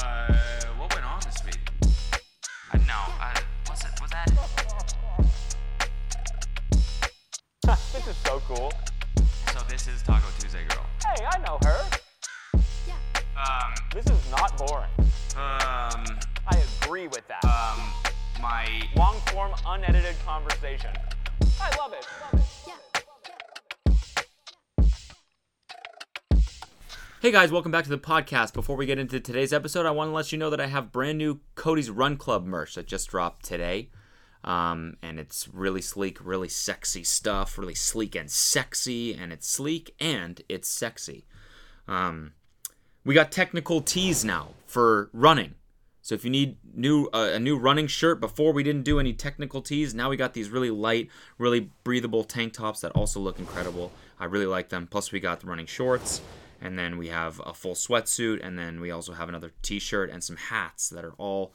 Uh, what went on this week? Uh, no, I was it was that This is so cool. So this is Taco Tuesday girl. Hey, I know her. Um This is not boring. um I agree with that. Uh, um my Long form, unedited conversation. I love it. Love it. Hey guys, welcome back to the podcast. Before we get into today's episode, I want to let you know that I have brand new Cody's Run Club merch that just dropped today. Um, and it's really sleek, really sexy stuff, really sleek and sexy, and it's sleek and it's sexy. Um, we got technical tees now for running. So if you need new uh, a new running shirt, before we didn't do any technical tees. Now we got these really light, really breathable tank tops that also look incredible. I really like them. Plus we got the running shorts, and then we have a full sweatsuit, and then we also have another t-shirt and some hats that are all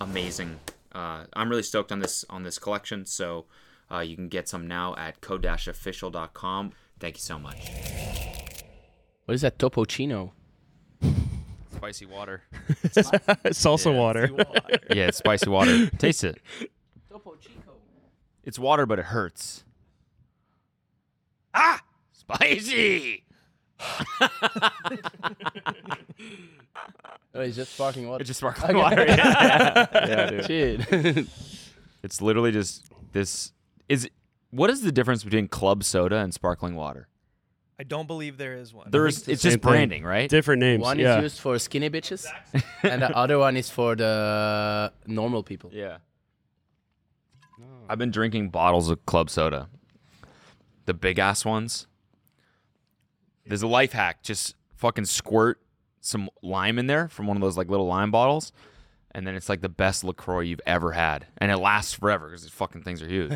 amazing. Uh, I'm really stoked on this on this collection. So uh, you can get some now at co-official.com. Thank you so much. What is that Topo Chino? spicy water. salsa water. yeah, it's spicy water. Taste it. It's water, but it hurts. Ah, spicy. Oh, it's just sparkling water. It's just sparkling water. Yeah. Shit. It's literally just this. Is what is the difference between club soda and sparkling water? I don't believe there is one. There is. It's just branding, right? Different names. one yeah. is used for skinny bitches, and the other one is for the normal people. Yeah. Oh. I've been drinking bottles of club soda. The big ass ones. There's a life hack. Just fucking squirt some lime in there from one of those like little lime bottles. And then it's like the best LaCroix you've ever had. And it lasts forever because these fucking things are huge.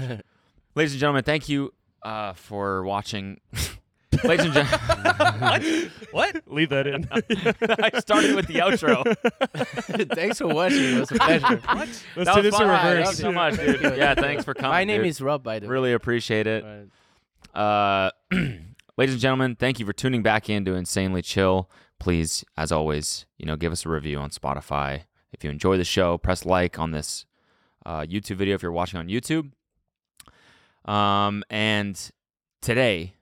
Ladies and gentlemen, thank you uh, for watching. Ladies and gentlemen, What? Leave that in. I started with the outro. Thanks for watching. It was a pleasure. Let's That do was this in fun. I reverse. love you so much, dude. Yeah, thanks for coming. My name dude. is Rob, by the way. Really appreciate it. Uh, Right. ladies and gentlemen, thank you for tuning back in to Insanely Chill. Please, as always, you know, give us a review on Spotify. If you enjoy the show, press like on this uh, YouTube video if you're watching on YouTube. Um, and today,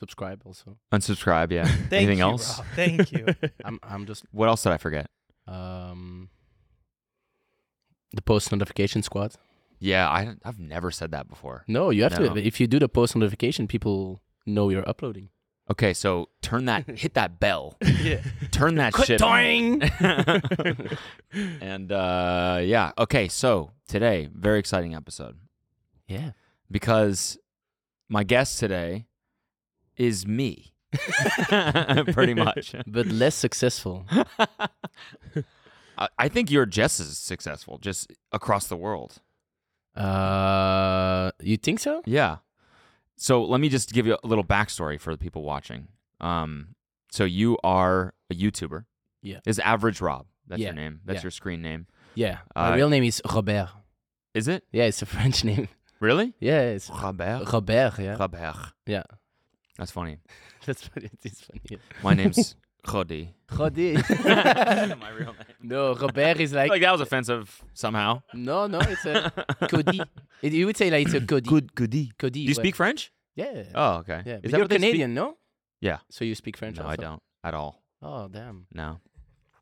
Subscribe also. unsubscribe. Yeah. Thank Anything you, else? Rob. Thank you. I'm I'm just What else did I forget? um the post notification squad. Yeah, I, I've never said that before. No, you have No. to. If you do the post notification, people know you're uploading. Okay, so turn that, hit that bell. Turn that shit. on. and uh, yeah, okay, so today, very exciting episode. Yeah. because my guest today is me. Pretty much. But less successful. I, I think you're just as successful, just across the world. Uh, you think so? Yeah. So let me just give you a little backstory for the people watching. Um, so you are a YouTuber. Yeah. Is Average Rob? That's your Yeah, name. That's yeah. your screen name. Yeah. My Uh, real name is Robert. Is it Yeah, it's a French name. really? Yeah, it's Robert. Robert. Yeah. Robert. Yeah. That's funny. That's funny. It's funny. My name's Cody. Rodé. My real name. no, Robert is like, Like that was offensive somehow. no, no, it's a Cody. It, you would say like it's a Cody. Good, Cody. Cody. Do you speak French? Yeah. Oh, okay. yeah. Is But that you're what they speak- Canadian, no? Yeah. So you speak French No, also? I don't at all. Oh, damn. No,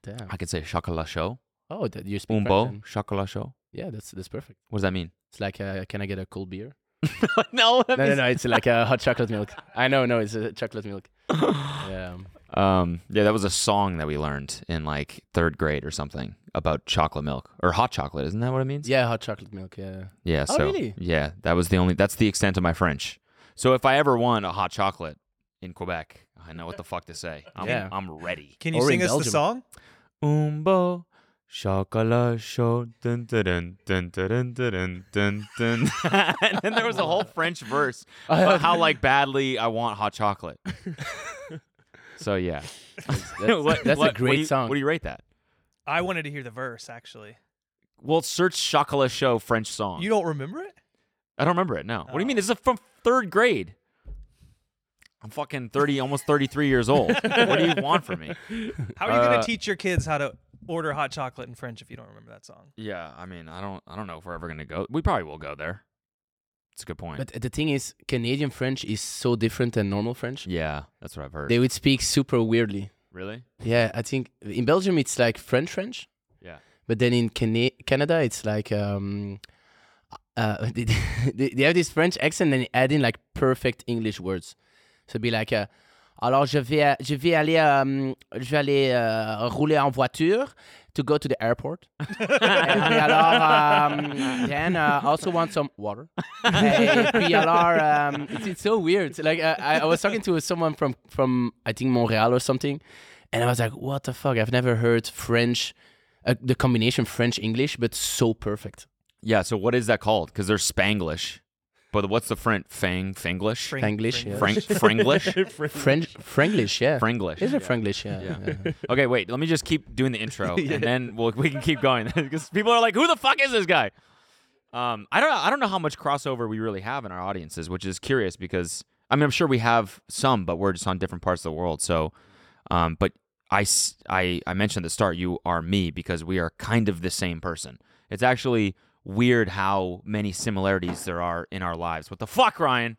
Damn. I could say chocolat chaud, Oh, that you speak un French. bon then. chocolat chaud. Yeah, that's that's perfect. What does that mean? It's like, uh, can I get a cold beer? no, No, no, no. It's like a hot chocolate milk. I know, no, it's a chocolate milk. Yeah. Um, yeah, that was a song that we learned in like third grade or something about chocolate milk or hot chocolate. Isn't that what it means? Yeah, hot chocolate milk. Yeah. Yeah. Oh, So really? yeah, that was the only. That's the extent of my French. So if I ever won a hot chocolate in Quebec, I know what the fuck to say. I'm, Yeah. I'm ready. Can you Or in sing us the Belgium. song? Umbo chocolat chaud. Dun, dun, dun, dun, dun, dun, dun, dun, dun. and then there was a whole French verse about how like badly I want hot chocolate. so yeah, That's, What- what- that's a what do great you- song. What do you rate that? I wanted to hear the verse actually. Well, search chocolat show French song. You don't remember it? I don't remember it. No. What do you mean? This is from third grade. I'm fucking 30, almost 33 years old. what do you want from me? How are you going Uh, to teach your kids how to order hot chocolate in French if you don't remember that song? Yeah, I mean, I don't, I don't know if we're ever gonna go. We probably will go there. It's a good point. but the thing is, Canadian French is so different than normal French. yeah, that's what I've heard. They would speak super weirdly. really? Yeah, I think in Belgium it's like French French, Yeah. but then in Cana- Canada it's like um, uh, they, they they have this French accent and they add in like perfect English words. So it'd be like, uh, alors je vais je vais aller um, je vais aller uh, rouler en voiture to go to the airport. et puis alors um, then uh, also want some water. et puis alors um, it's, it's so weird. Like I, I I was talking to someone from from I think Montreal or something. And I was like, what the fuck? I've never heard French, uh, the combination French English, but so perfect. Yeah. So what is that called? Because there's Spanglish, but what's the French? Fang, Fanglish, Fring- Franglish, fring- yeah. Frank, Franglish, French, Franglish, yeah. Franglish. Is it Franglish? Yeah. yeah. Okay, wait. Let me just keep doing the intro, and then we'll, we can keep going because people are like, "Who the fuck is this guy?" Um, I don't. I don't know how much crossover we really have in our audiences, which is curious because I mean, I'm sure we have some, but we're just on different parts of the world. So, um, but I, s- I, I mentioned at the start, you are me because we are kind of the same person. It's actually weird how many similarities there are in our lives. What the fuck, Ryan?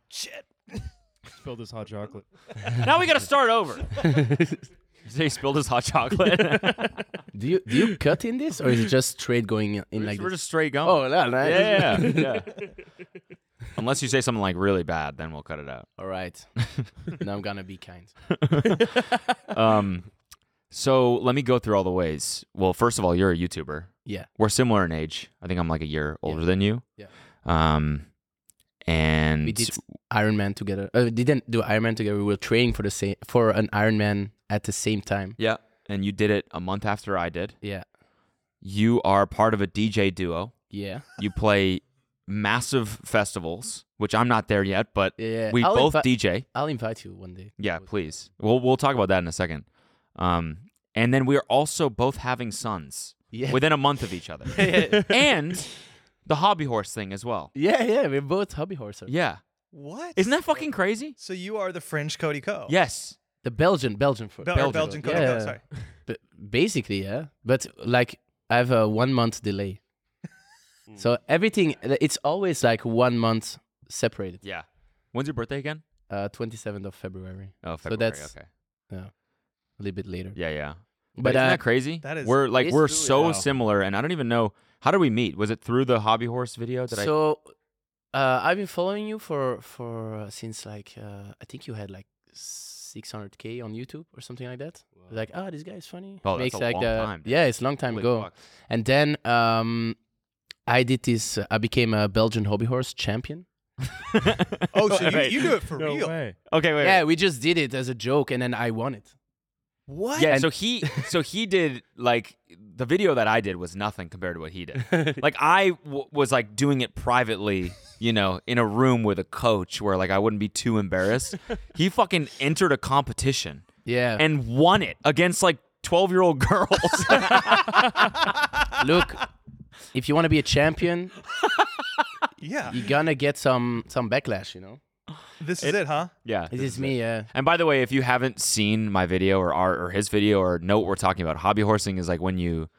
Spilled his hot chocolate. Now we got to start over. He spilled his hot chocolate. Do you do you cut in this or is it just straight going in like we're this? just straight going. Oh, la, la. Yeah, yeah. Unless you say something like really bad, then we'll cut it out. All right. now I'm gonna be kind. Um, so let me go through all the ways. Well, first of all, you're a YouTuber. Yeah. We're similar in age. I think I'm like a year older than you. Yeah. Um, and We did Iron Man together. Uh, we didn't do Iron Man together. We were training for the same for an Iron Man at the same time. yeah, and you did it a month after I did. Yeah. You are part of a DJ duo. Yeah. You play massive festivals, which I'm not there yet, but Yeah. we I'll both invi- DJ. I'll invite you one day. Yeah, please. We'll we'll talk about that in a second. Um, and then we are also both having sons Yeah. within a month of each other, and the hobby horse thing as well. Yeah, yeah. We're both hobby horses. Yeah, What? isn't that fucking crazy? So you are the French Cody Co. Yes. The Belgian, Belgian for Bel- or Belgian. Belgian Cody Yeah. Co. Sorry. B- basically, yeah. But like, I have a one month delay. Hmm. so everything, it's always like one month separated. Yeah. When's your birthday again? Uh, 27th of February, Oh, So February. that's- okay. a little bit later. Yeah, yeah. But, But isn't uh, that crazy? That is- We're like It's we're really- so Wow. similar, and I don't even know how did we meet. Was it through the hobby horse video? Did I? so uh, I've been following you for for uh, since like uh, I think you had like 600k on YouTube or something like that. Like, ah, this guy is funny. Oh, that's a like uh, long time, dude. Yeah, it's a long time Holy ago. fuck. And then um, I did this. uh, I became a Belgian hobby horse champion. Oh, so you, Wait. you do it for real? way. Okay, wait. Yeah, we just did it as a joke, and then I won it. What? Yeah, so he so he did like the video that I did was nothing compared to what he did. like I w- was like doing it privately, you know, in a room with a coach where like I wouldn't be too embarrassed. he fucking entered a competition Yeah. and won it against like 12-year-old girls. Look, if you want to be a champion, Yeah. you're gonna get some some backlash. You know, This is it, huh? yeah. it is me. Yeah. And by the way, if you haven't seen my video or our or his video or know what we're talking about, hobby horsing is like when you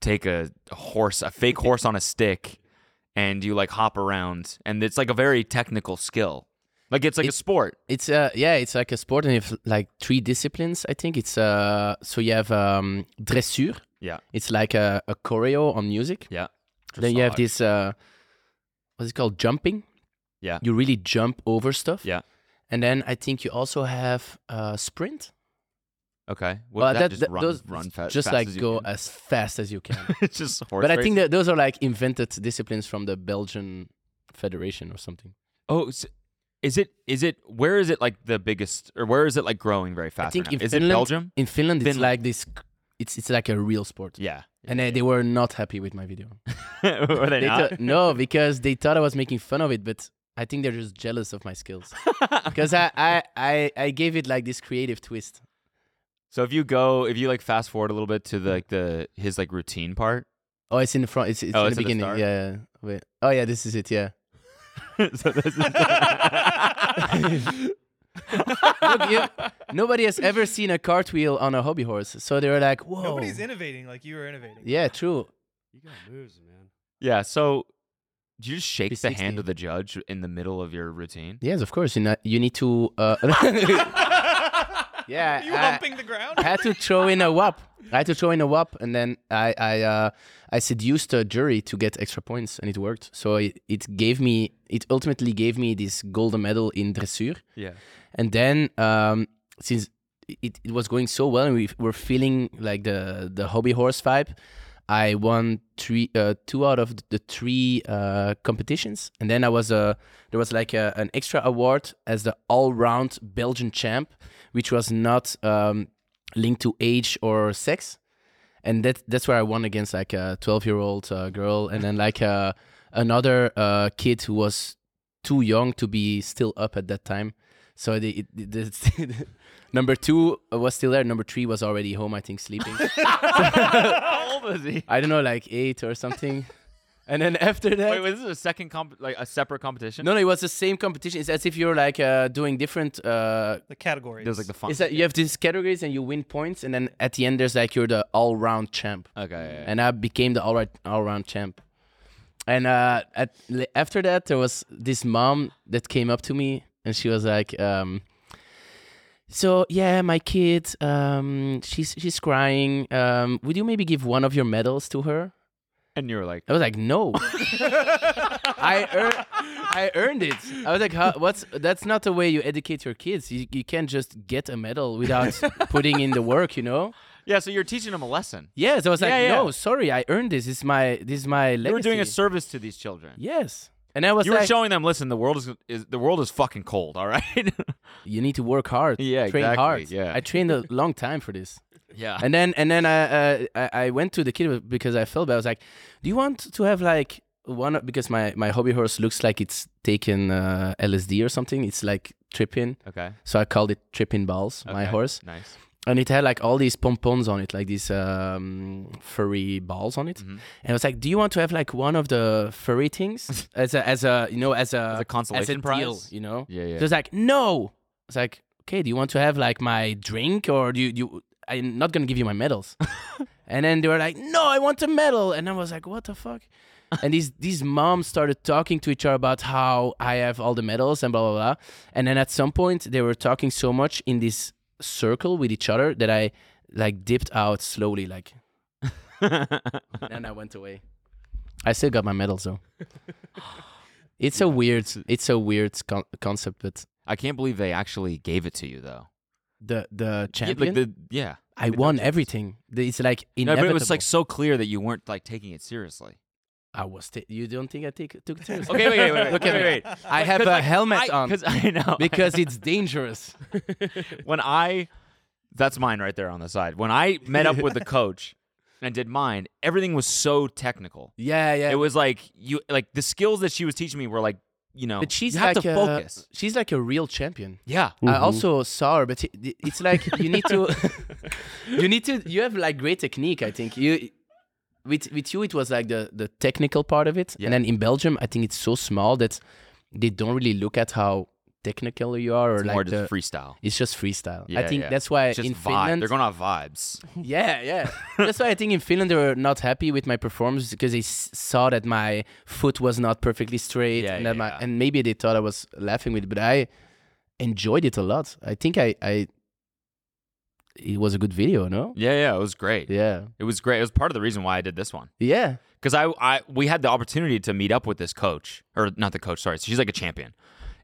take a horse, a fake horse on a stick, and you like hop around, and it's like a very technical skill. Like it's like a It- sport. It's uh yeah, it's like a sport, and it's like three disciplines. I think it's uh so you have um dressure. Yeah. It's like a, a choreo on music. Yeah. Then you have this uh what's it called jumping. Yeah. You really jump over stuff. Yeah. And then I think you also have uh sprint. Okay. What, Well, that, that- just that- run, those- run fa- just fast like as you go can. as fast as you can. it's just horse. but I think racing. that those are like invented disciplines from the Belgian Federation or something. oh, so Is it is it where is it like the biggest or where is it like growing very fast? I think right in now? is Finland, it Belgium? in Finland, it's Finland. like this. c- It's it's like a real sport. yeah. And uh, they, they were not happy with my video. Were they They not? thought- no, because they thought I was making fun of it, but I think they're just jealous of my skills. Because I, I, I, I gave it like this creative twist. So if you go, if you like fast forward a little bit to the like the his like routine part, Oh, it's in the front. It's, it's Oh, in it's at the the beginning. start? yeah. yeah. Wait. Oh yeah, this is it. Yeah. so this is Look, you, nobody has ever seen a cartwheel on a hobby horse, so they were like, "Whoa." Oh. Nobody's innovating like you were innovating. Yeah, true. You got moves, man. yeah. So do you just shake the hand 360. of the judge in the middle of your routine? Yes, of course. You know, you need to. Uh, yeah. you I- humping the ground? I had to throw in a whop. I had to throw in a whop, and then I I uh, I seduced a jury to get extra points, and it worked. So it, it gave me it ultimately gave me this golden medal in dressure. Yeah. And then um, since it, it was going so well, and we were feeling like the the hobby horse vibe, I won three uh, two out of the three uh, competitions, and then I was uh, there was like a, an extra award as the all round Belgian champ, which was not um, linked to age or sex. And that, that's where I won against like a 12 year old uh, girl and then like uh, another uh, kid who was too young to be still up at that time. So the, it, the, the number two was still there. Number three was already home, I think, sleeping. How old is he? I don't know, like eight or something. And then after that, Wait, was this a second comp like a separate competition? no, no, it was the same competition. It's as if you're like uh, doing different. Uh, the categories. There's like the fun. it's that you have these categories and you win points, and then at the end there's like you're the all-round champ. okay. yeah, yeah. and I became the all right all round champ. And uh, at, li- after that, there was this mom that came up to me, and she was like, um, "So yeah, my kid, um, she's she's crying. Um, would you maybe give one of your medals to her?" and you were like, I was like, "No, I earned I earned it." I was like, How, "What's that's not the way you educate your kids. You you can't just get a medal without putting in the work, you know." yeah. So you're teaching him a lesson. Yes, I was like, Yeah, yeah. no, sorry, I earned this. This is my this is my legacy. You were doing a service to these children. Yes, and I was you were like, showing them, listen, the world is, is the world is fucking cold. All right. you need to work hard. Yeah, train exactly, hard. yeah. I trained a long time for this. yeah. And then and then I, uh, I I went to the kid because I felt bad. I was like, do you want to have like one of- because my my hobby horse looks like it's taken uh, LSD or something. It's like tripping. okay. So I called it tripping balls. My Okay. horse. Nice. and it had like all these pompons on it, like these um, furry balls on it. Mm-hmm. And I was like, "Do you want to have like one of the furry things as a as a you know as a As a consolation prize? deal, you know?" Yeah, yeah. So it's like, "No." It's like, "Okay, do you want to have like my drink or do you, you I'm not gonna give you my medals." and then they were like, "No, I want a medal," and I was like, "What the fuck?" and these these moms started talking to each other about how I have all the medals and blah blah blah. And then at some point they were talking so much in this circle with each other that I like dipped out slowly, like and I went away. I still got my medals though. It's a weird, it's a weird con- concept, but I can't believe they actually gave it to you though. the the Yeah, like champion, the yeah. I won everything. The- It's like No, inevitable. but it was like so clear that you weren't like taking it seriously. I was. T- you don't think I take, took it seriously? Okay, wait, wait, wait, Look wait, at wait, me. wait. I have a helmet on Because I know because it's dangerous. when I that's mine right there on the side. When I met up with the coach and did mine, everything was so technical. Yeah, yeah. It was like you like the skills that she was teaching me were like you know but she's you like have to a, focus. She's like a real champion. Yeah. I also saw her, but it- it's like you need to, you need to, you have like great technique. I think you, with with you, it was like the the technical part of it, Yeah. and then in Belgium, I think it's so small that they don't really look at how technical you are or It's like more the, just freestyle. it's just freestyle. I Yeah, think yeah. that's why It's just in vibe. Finland, They're going off vibes. yeah, yeah. That's why I think in Finland they were not happy with my performance because they s- saw that my foot was not perfectly straight, Yeah, and, that yeah, my, yeah. and maybe they thought I was laughing with it, but I enjoyed it a lot. I think I, I it was a good video, no? Yeah, yeah, it was great. Yeah, It was great. It was part of the reason why I did this one. yeah. because I, I we had the opportunity to meet up with this coach or not the coach sorry she's like a champion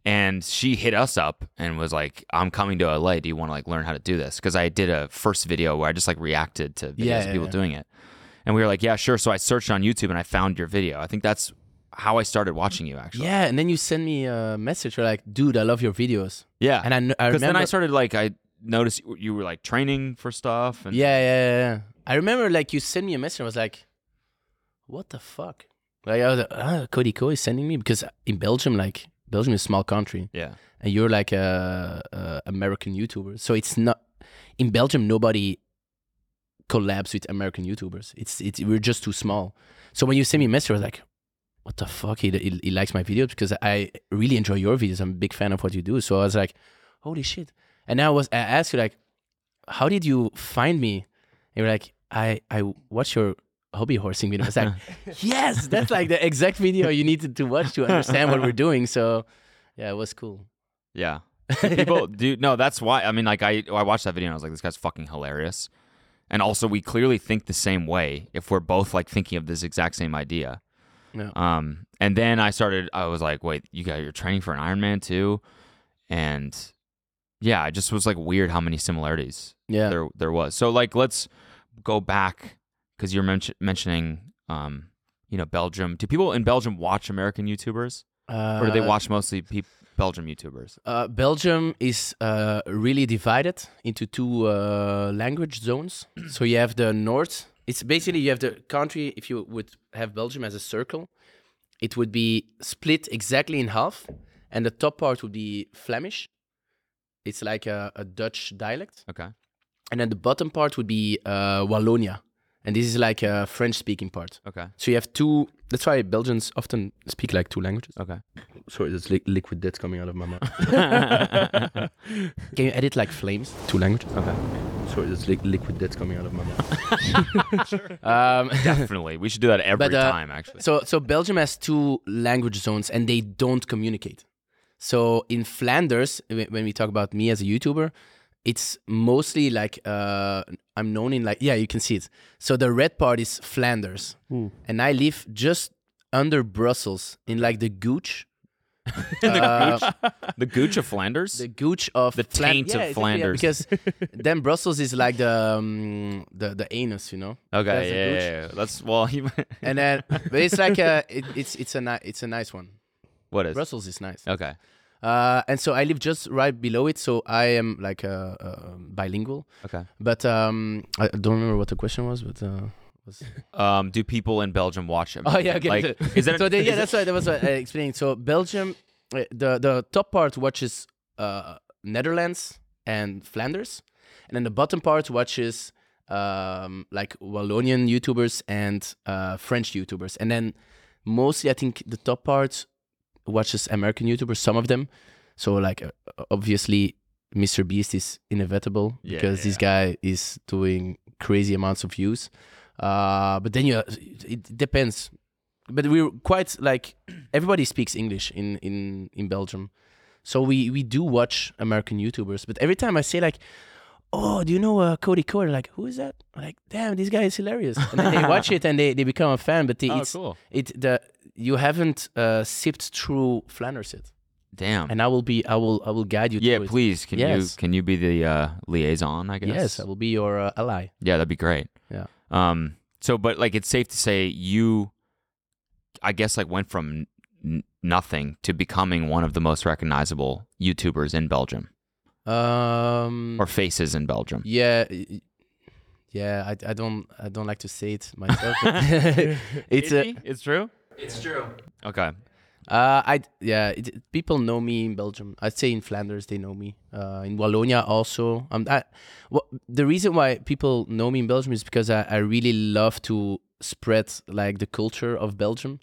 and she hit us up and was like i'm coming to la do you want to like learn how to do this because i did a first video where i just like reacted to videos Yeah, of yeah, people yeah. doing it and we were like yeah sure so i searched on youtube and i found your video i think that's how I started watching you actually. Yeah, and then you send me a message. You're like, dude, I love your videos. Yeah. And I, kn- I Because remember. then I started like I noticed you- you were like training for stuff and yeah, yeah, yeah, yeah. I remember like you sent me a message. I was like, what the fuck? Like I was like, ah, Cody Co is sending me because in Belgium, like Belgium is a small country, yeah. and you're like a, a American YouTuber, so it's not in Belgium. Nobody collabs with American YouTubers. It's it's we're just too small. So when you send me a message, I was like, what the fuck? He, he, he likes my videos because I really enjoy your videos. I'm a big fan of what you do. So I was like, holy shit. And I was I asked you like, how did you find me? And you're like, I I watch your hobby horsing video. I was like, yes, that's like the exact video you needed to watch to understand what we're doing. So yeah, it was cool. Yeah. People do no, that's why I mean like I I watched that video and I was like, this guy's fucking hilarious. And also we clearly think the same way if we're both like thinking of this exact same idea. Yeah. Um and then I started I was like, wait, you got you're training for an Ironman too? And yeah, it just was like weird how many similarities Yeah. there there was. So like let's go back because you're mention- mentioning um you know Belgium. Do people in Belgium watch American YouTubers Uh, or do they watch mostly peop Belgium YouTubers? Uh, Belgium is uh, really divided into two uh, language zones. so you have the north. It's basically you have the country. If you would have Belgium as a circle, it would be split exactly in half, and the top part would be Flemish. It's like a, a Dutch dialect, Okay. and then the bottom part would be uh, Wallonia, and this is like a French-speaking part. Okay. So you have two. That's why Belgians often speak like two languages. Okay. Sorry, there's li- liquid that's coming out of my mouth. Can you edit like flames? Two languages. Okay. Sorry, there's li- liquid that's coming out of my mouth. um, Definitely. We should do that every But, uh, time actually. so, so Belgium has two language zones, and they don't communicate. So in Flanders, wh- when we talk about me as a YouTuber, it's mostly like uh, I'm known in like yeah, you can see it. So the red part is Flanders, and I live just under Brussels in like the gooch, Uh, the Gooch of Flanders? the gooch of The Flan- taint of Yeah, exactly, yeah, Flanders. because then Brussels is like the um, the the anus, you know. That's okay, the yeah, gooch. yeah, yeah. That's well he And then, but it's like a it, it's it's a ni- it's a nice one. what is Brussels is nice. Okay. Uh, and so I live just right below it, so I am like uh, uh, bilingual. Okay. But um, I don't remember what the question was, but. Uh, was... Um do people in Belgium watch him? Oh yeah, okay. Like, so, is that so they, is yeah, it- that's why that was what I explained. So Belgium, uh, the the top part watches uh, Netherlands and Flanders, and then the bottom part watches um, like Wallonian YouTubers and uh, French YouTubers, and then mostly I think the top part watches American YouTubers, some of them. So like uh, obviously Mr. Beast is inevitable Yeah, because this guy is doing crazy amounts of views. Uh, but then you it depends. But we're quite like everybody speaks English in in in Belgium. So we we do watch American YouTubers, but every time I say like Oh, do you know uh, Cody Core? Like, who is that? I'm Like, damn, this guy is hilarious. And then they watch it and they, they become a fan. But they, Oh, it's cool. it the you haven't uh, sipped through Flanders yet, Damn. and I will be I will I will guide you. Oh. yeah, through it. please. Can Yes. you can you be the uh, liaison, I guess? Yes. I will be your uh, ally. Yeah, that'd be great. Yeah. Um. So, but like, it's safe to say you, I guess, like went from n- nothing to becoming one of the most recognizable YouTubers in Belgium Um. or faces in Belgium. yeah. y- Yeah, I, I don't I don't like to say it myself. but it's uh, a, it's true. It's true. Okay. uh, I yeah. It, people know me in Belgium. I'd say in Flanders they know me. Uh, in Wallonia also. Um, I, well, the reason why people know me in Belgium is because I, I really love to spread like the culture of Belgium.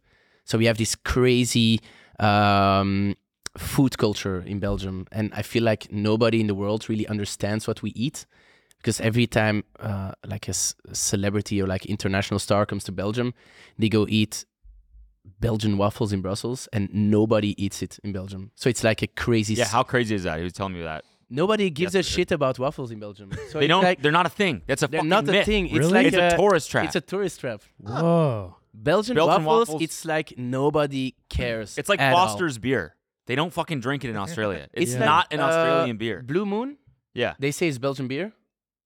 So we have this crazy um, food culture in Belgium, and I feel like nobody in the world really understands what we eat. Because every time, uh, like a s- celebrity or like international star comes to Belgium, they go eat Belgian waffles in Brussels, and nobody eats it in Belgium. So it's like a crazy. Yeah. s- How crazy is that? He was telling me that nobody gives a Yes, it- shit about waffles in Belgium. So they it's don't. Like, they're not a thing. That's a. they're fucking not a myth. thing. It's Really? like It's a tourist trap. It's a tourist trap. Whoa. Belgian, Belgian waffles, waffles- It's like nobody cares. It's like at all. Foster's beer. They don't fucking drink it in Australia. It's like, not an uh, Australian beer. Blue Moon. Yeah. They say it's Belgian beer.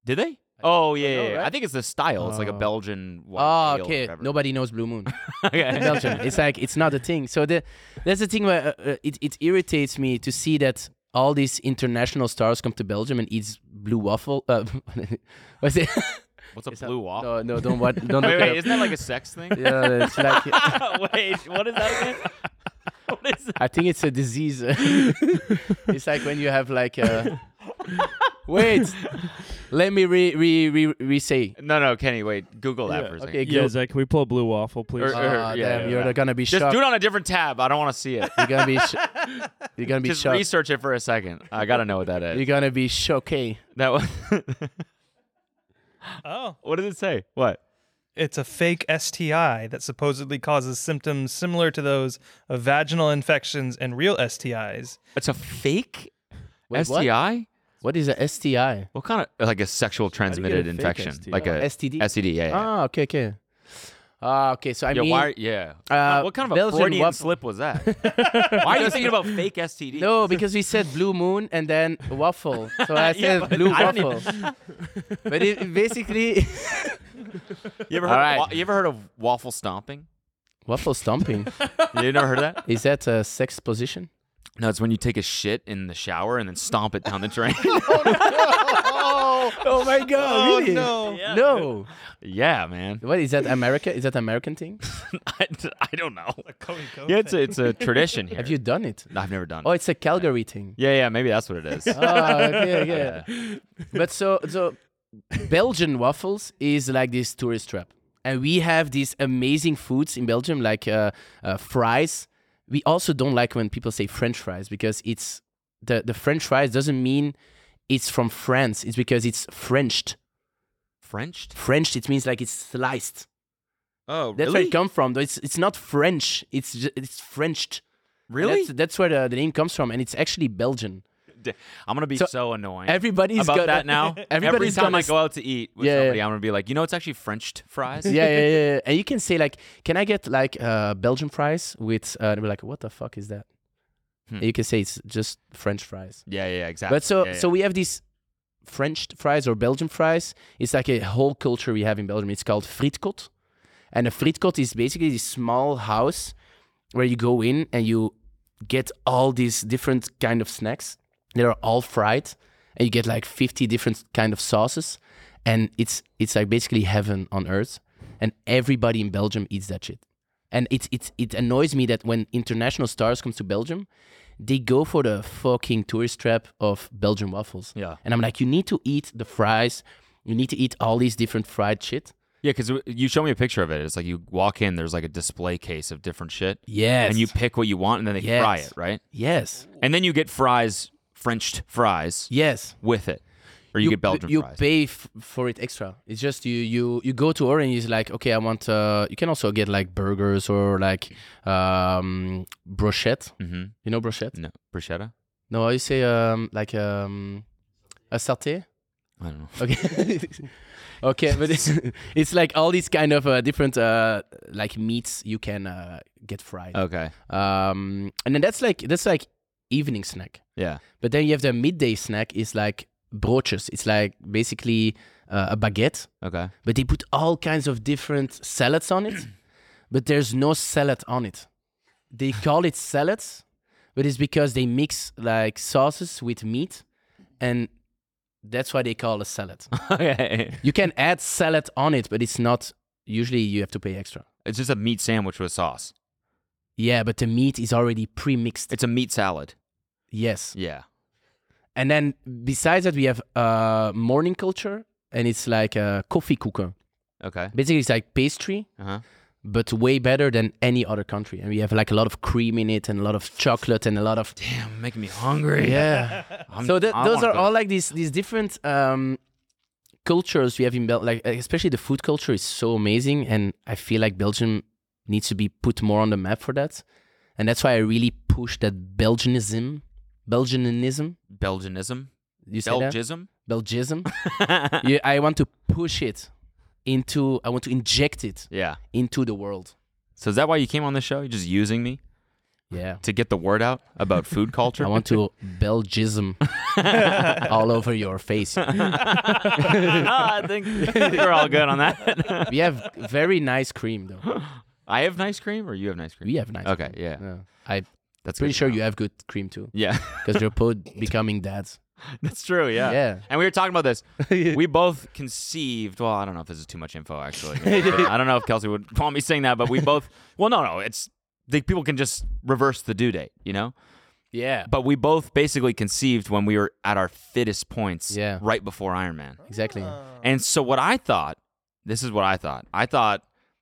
Did they? I Oh yeah, yeah, yeah. right? I think it's the style. It's like a Oh. Belgian white Oh, ale or okay. whatever. Nobody knows Blue Moon. okay. Belgium. It's like it's not a thing. So the, that's the thing where uh, uh, it it irritates me to see that all these international stars come to Belgium and eats blue waffle. Uh, what's it? What's a It's not- blue waffle? No, no, don't what, don't Wait, look wait, it isn't that like a sex thing? up. Yeah, it's like wait, what is that again? What is that? I think it's a disease. it's like when you have like a. Wait, let me re re re re say. No, no, Kenny, wait. Google that Yeah, for a second. Okay, Yeah, go. Zach, can we pull a blue waffle, please? Or- or- yeah, Ah, damn, yeah, you're yeah. gonna be Just shocked. do it on a different tab. I don't want to see it. You're gonna be. Sh- you're gonna be Just shocked. research it for a second. I gotta know what that You're is. gonna be shocked. That was. Oh, what does it say? What? it's a fake STI that supposedly causes symptoms similar to those of vaginal infections and real STIs. It's a fake Wait, what? STI. What? What is a STI? kind of like a sexual do you get a transmitted fake infection, STI? like a STD? STD. Yeah, yeah. Ah, okay, okay. Ah, okay. So I yeah, mean, why? Yeah. uh, what kind of Belgian a Freudian waffle- slip was that? why are you thinking about fake STD? no, because we said blue moon and then waffle. So Yeah, I but said blue I don't waffle. but it, it basically You ever All heard? right. Of, wa- you ever heard of waffle stomping? waffle stomping You never heard of that? is that a sex position? No, it's when you take a shit in the shower and then stomp it down the drain. Oh my god! Oh, really? no. No. yeah, man. What is that? America? Is that American thing? I, I don't know. Cody Code Yeah, it's a, it's a tradition here. Have you done it? I've never done. Oh, it. it's a Calgary thing. Yeah, yeah, maybe that's what it is. Ah, okay, yeah. But so so, Belgian waffles is like this tourist trap, and we have these amazing foods in Belgium, like uh, uh, fries. We also don't like when people say French fries because it's the the French fries doesn't mean it's from France. It's because it's Frenched. Frenched? Frenched it means like it's sliced. Oh, That's where it comes from. though. It's it's not French. It's ju- it's Frenched. really? That's, that's where the, the name comes from, and it's actually Belgian. D- I'm gonna be so, So, annoying. Everybody's about got that now. Every Everybody's time gonna I go out to eat with Yeah, yeah. somebody, I'm gonna be like, you know, it's actually Frenched fries. yeah, yeah, yeah, yeah. And you can say like, "Can I get like uh, Belgian fries with?" Uh, and we're like, "What the fuck is that?" Hmm. And you can say it's just French fries. yeah, yeah, exactly. But so, Yeah, yeah. so we have these French fries or Belgian fries. It's like a whole culture we have in Belgium. It's called frietkot, and a frietkot is basically this small house where you go in and you get all these different kind of snacks. They are all fried, and you get like fifty different kind of sauces, and it's it's like basically heaven on earth. And everybody in Belgium eats that shit, and it's it's it annoys me that when international stars comes to Belgium, they go for the fucking tourist trap of Belgian waffles. Yeah. and I'm like, you need to eat the fries. You need to eat all these different fried shit. yeah, because you show me a picture of it. It's like you walk in, there's like a display case of different shit, Yes, and you pick what you want, and then they fry Yes. it, right? yes And then you get fries, Frenched fries yes. with it, or you, get Belgian you fries. pay f- for it extra. It's just you you you go to Orange. It's like okay, I want. Uh, you can also get like burgers or like um brochette. mm-hmm. You know brochette? No, bruschetta. No, I say um like um a satay. I don't know. Okay. okay, but it's, it's like all these kind of uh, different uh like meats you can uh, get fried. Okay. Um, and then that's like that's like evening snack. Yeah. But then you have the midday snack is like broches. It's like basically uh, a baguette, Okay. but they put all kinds of different salads on it. but there's no salad on it. They call it salads, but it's because they mix like sauces with meat, and that's why they call it a salad. okay. you can add salad on it, but it's not. Usually, you have to pay extra. It's just a meat sandwich with sauce. Yeah, but the meat is already pre-mixed. It's a meat salad. yes. Yeah. And then besides that, we have uh, morning culture, and it's like a coffee cooker. Okay. Basically, it's like pastry, Uh huh. but way better than any other country. And we have like a lot of cream in it, and a lot of chocolate, and a lot of Damn, making me hungry. yeah. I'm- so that, I those wanna are go to- all like these these different um, cultures we have in Belgium. Like especially the food culture is so amazing, and I feel like Belgium needs to be put more on the map for that. And that's why I really push that Belgianism, Belgianism. Belgianism. You say that? Belgism. Belgism. yeah, I want to push it into. I want to inject it Yeah. into the world. So is that why you came on the show? You're just using me Yeah, to get the word out about food culture? I want to Belgism. all over your face. I think I think we're all good on that. We have very nice cream though. I have nice cream, or you have nice cream. We have nice. Okay, cream. yeah. I'm That's pretty good to sure know. you have good cream too, Yeah, because you're both becoming dads. that's true. Yeah. Yeah. And we were talking about this. we both conceived. Well, I don't know if this is too much info, actually. I don't know if Kelsey would want me saying that, but we both. Well, no, no. It's the people can just reverse the due date, you know. Yeah, But we both basically conceived when we were at our fittest points. Yeah. Right before Iron Man. exactly. And so what I thought, this is what I thought. I thought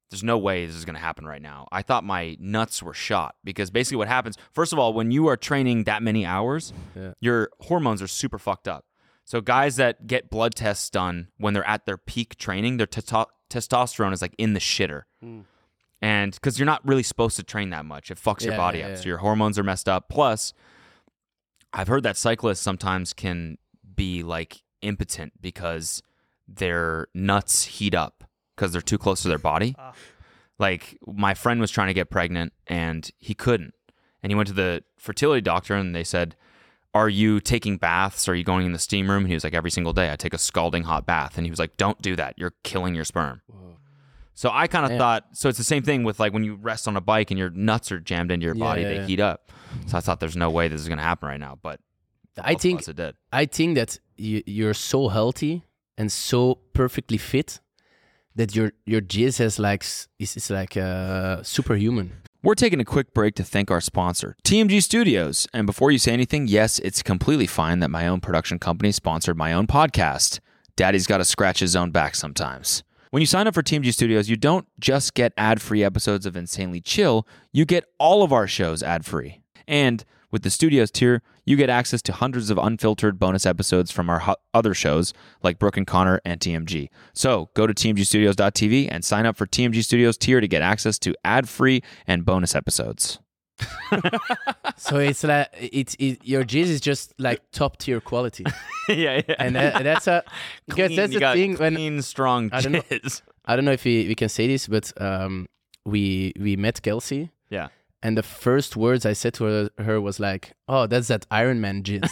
there's no way this is going to happen right now. I thought my nuts were shot because basically what happens, first of all, when you are training that many hours, Yeah. your hormones are super fucked up. So guys that get blood tests done when they're at their peak training, their testo- testosterone is like in the shitter. Hmm. And because you're not really supposed to train that much, it fucks your Yeah, body yeah, up. yeah. So your hormones are messed up. Plus, I've heard that cyclists sometimes can be like impotent because their nuts heat up because they're too close to their body. Like my friend was trying to get pregnant and he couldn't. And he went to the fertility doctor and they said, Are you taking baths? Are you going in the steam room? And he was like, Every single day I take a scalding hot bath. And he was like, Don't do that. You're killing your sperm. So I kind of Damn. thought, so it's the same thing with like when you rest on a bike and your nuts are jammed into your Yeah, body, yeah, they yeah. heat up. So I thought there's no way this is going to happen right now. But I both of think us, it did. I think that you, you're so healthy and so perfectly fit that your your jizz is like s- is, is like uh, superhuman. We're taking a quick break to thank our sponsor, TMG Studios. And before you say anything, yes, it's completely fine that my own production company sponsored my own podcast. Daddy's got to scratch his own back sometimes. When you sign up for TMG Studios, you don't just get ad free episodes of Insanely Chill, you get all of our shows ad free. And with the Studios tier, you get access to hundreds of unfiltered bonus episodes from our ho- other shows like Brooke and Connor and TMG. So go to tmgstudios.tv and sign up for TMG Studios tier to get access to ad free and bonus episodes. So it's like it's it, your jizz is just like top tier quality, yeah, yeah. and that, that's a because that's the thing when strong I don't know- I don't know if we, we can say this, but um, we we met Kelsey, Yeah. and the first words I said to her, her was like, "Oh, that's that Iron Man jizz,"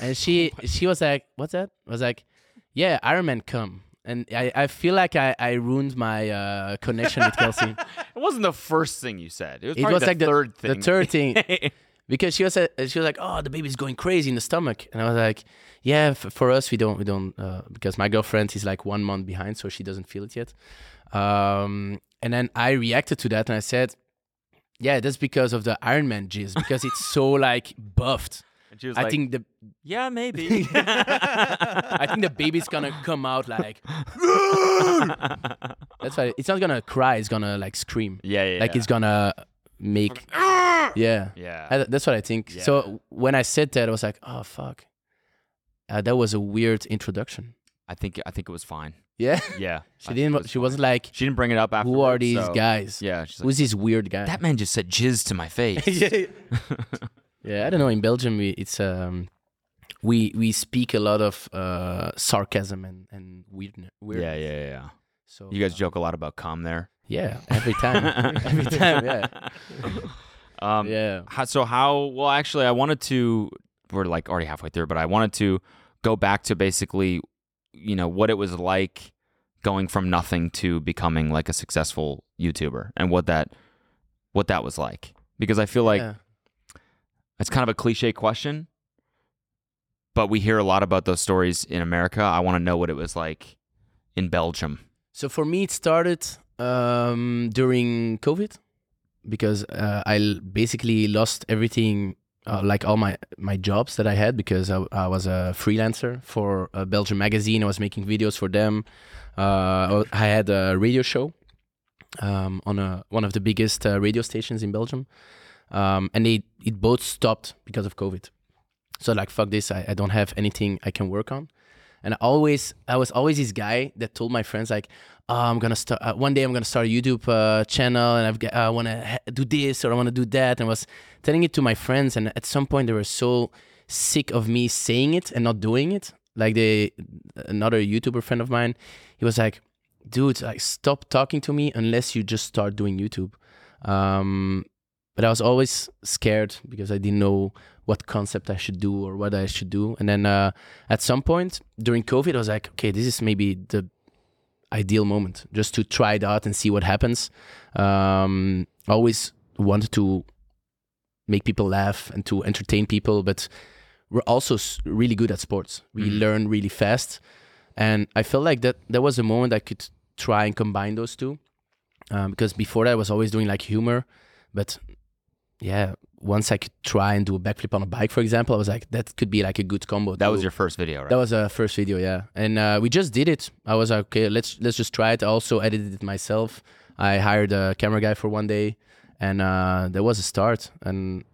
and she she was like, "What's that?" I was like, "Yeah, Iron Man come." And I, I feel like I, I ruined my uh, connection with Kelsey. It wasn't the first thing you said. It was, it was like the The third thing. because she was uh, she was like, "Oh, the baby's going crazy in the stomach," and I was like, "Yeah, f- for us we don't we don't uh, because my girlfriend is like one month behind, so she doesn't feel it yet." Um, and then I reacted to that and I said, "Yeah, that's because of the Iron Man jizz because it's so like buffed." And she was I like, think the yeah, maybe. I think the baby's gonna come out like. that's why it's not gonna cry. It's gonna like scream. Yeah, yeah. Like yeah. it's gonna make. yeah. yeah. I, that's what I think. So when I said that, I was like, oh fuck, uh, that was a weird introduction. I think I think it was fine. Yeah, Yeah. she didn't. She wasn't like, She didn't bring it up after. who are these guys? Yeah. She's like, "Eh." who's this weird guy? that man just said jizz to my face. yeah, I don't know. In Belgium, we, it's um, we we speak a lot of uh, sarcasm and and weirdness. yeah, yeah, yeah. So You guys uh, joke a lot about cum there. yeah, every time, every time, yeah, Um, yeah. how, so how well actually i wanted to we're like already halfway through but i wanted to go back to basically you know what it was like going from nothing to becoming like a successful youtuber and what that what that was like because i feel like yeah. it's kind of a cliche question but we hear a lot about those stories in america i want to know what it was like in belgium So for me, it started um, during COVID because uh, I l- basically lost everything, uh, like all my, my jobs that I had because I, I was a freelancer for a Belgian magazine. I was making videos for them. Uh, I wa- I had a radio show um, on a, one of the biggest uh, radio stations in Belgium. Um, and they, it both stopped because of COVID. So like, fuck this, I, I don't have anything I can work on. And I always, I was always this guy that told my friends like, oh, I'm gonna start. Uh, one day I'm gonna start a YouTube uh, channel, and I've got, I want to ha- do this or I want to do that. And I was telling it to my friends, and at some point they were so sick of me saying it and not doing it. Like they, another YouTuber friend of mine, he was like, dude, like stop talking to me unless you just start doing YouTube. Um, but I was always scared because I didn't know what concept I should do or what I should do. And then uh, at some point during COVID, I was like, okay, this is maybe the ideal moment just to try it out and see what happens. Um, I always wanted to make people laugh and to entertain people, but we're also s- really good at sports. We learn really fast, and I felt like that that was a moment I could try and combine those two, um, because before that I was always doing like humor, but yeah, once I could try and do a backflip on a bike, for example, I was like that could be like a good combo. That was too. your first video, right? That was a first video, yeah, and uh, we just did it. I was like, okay, let's let's just try it. I also edited it myself. I hired a camera guy for one day, and uh, that was a start. And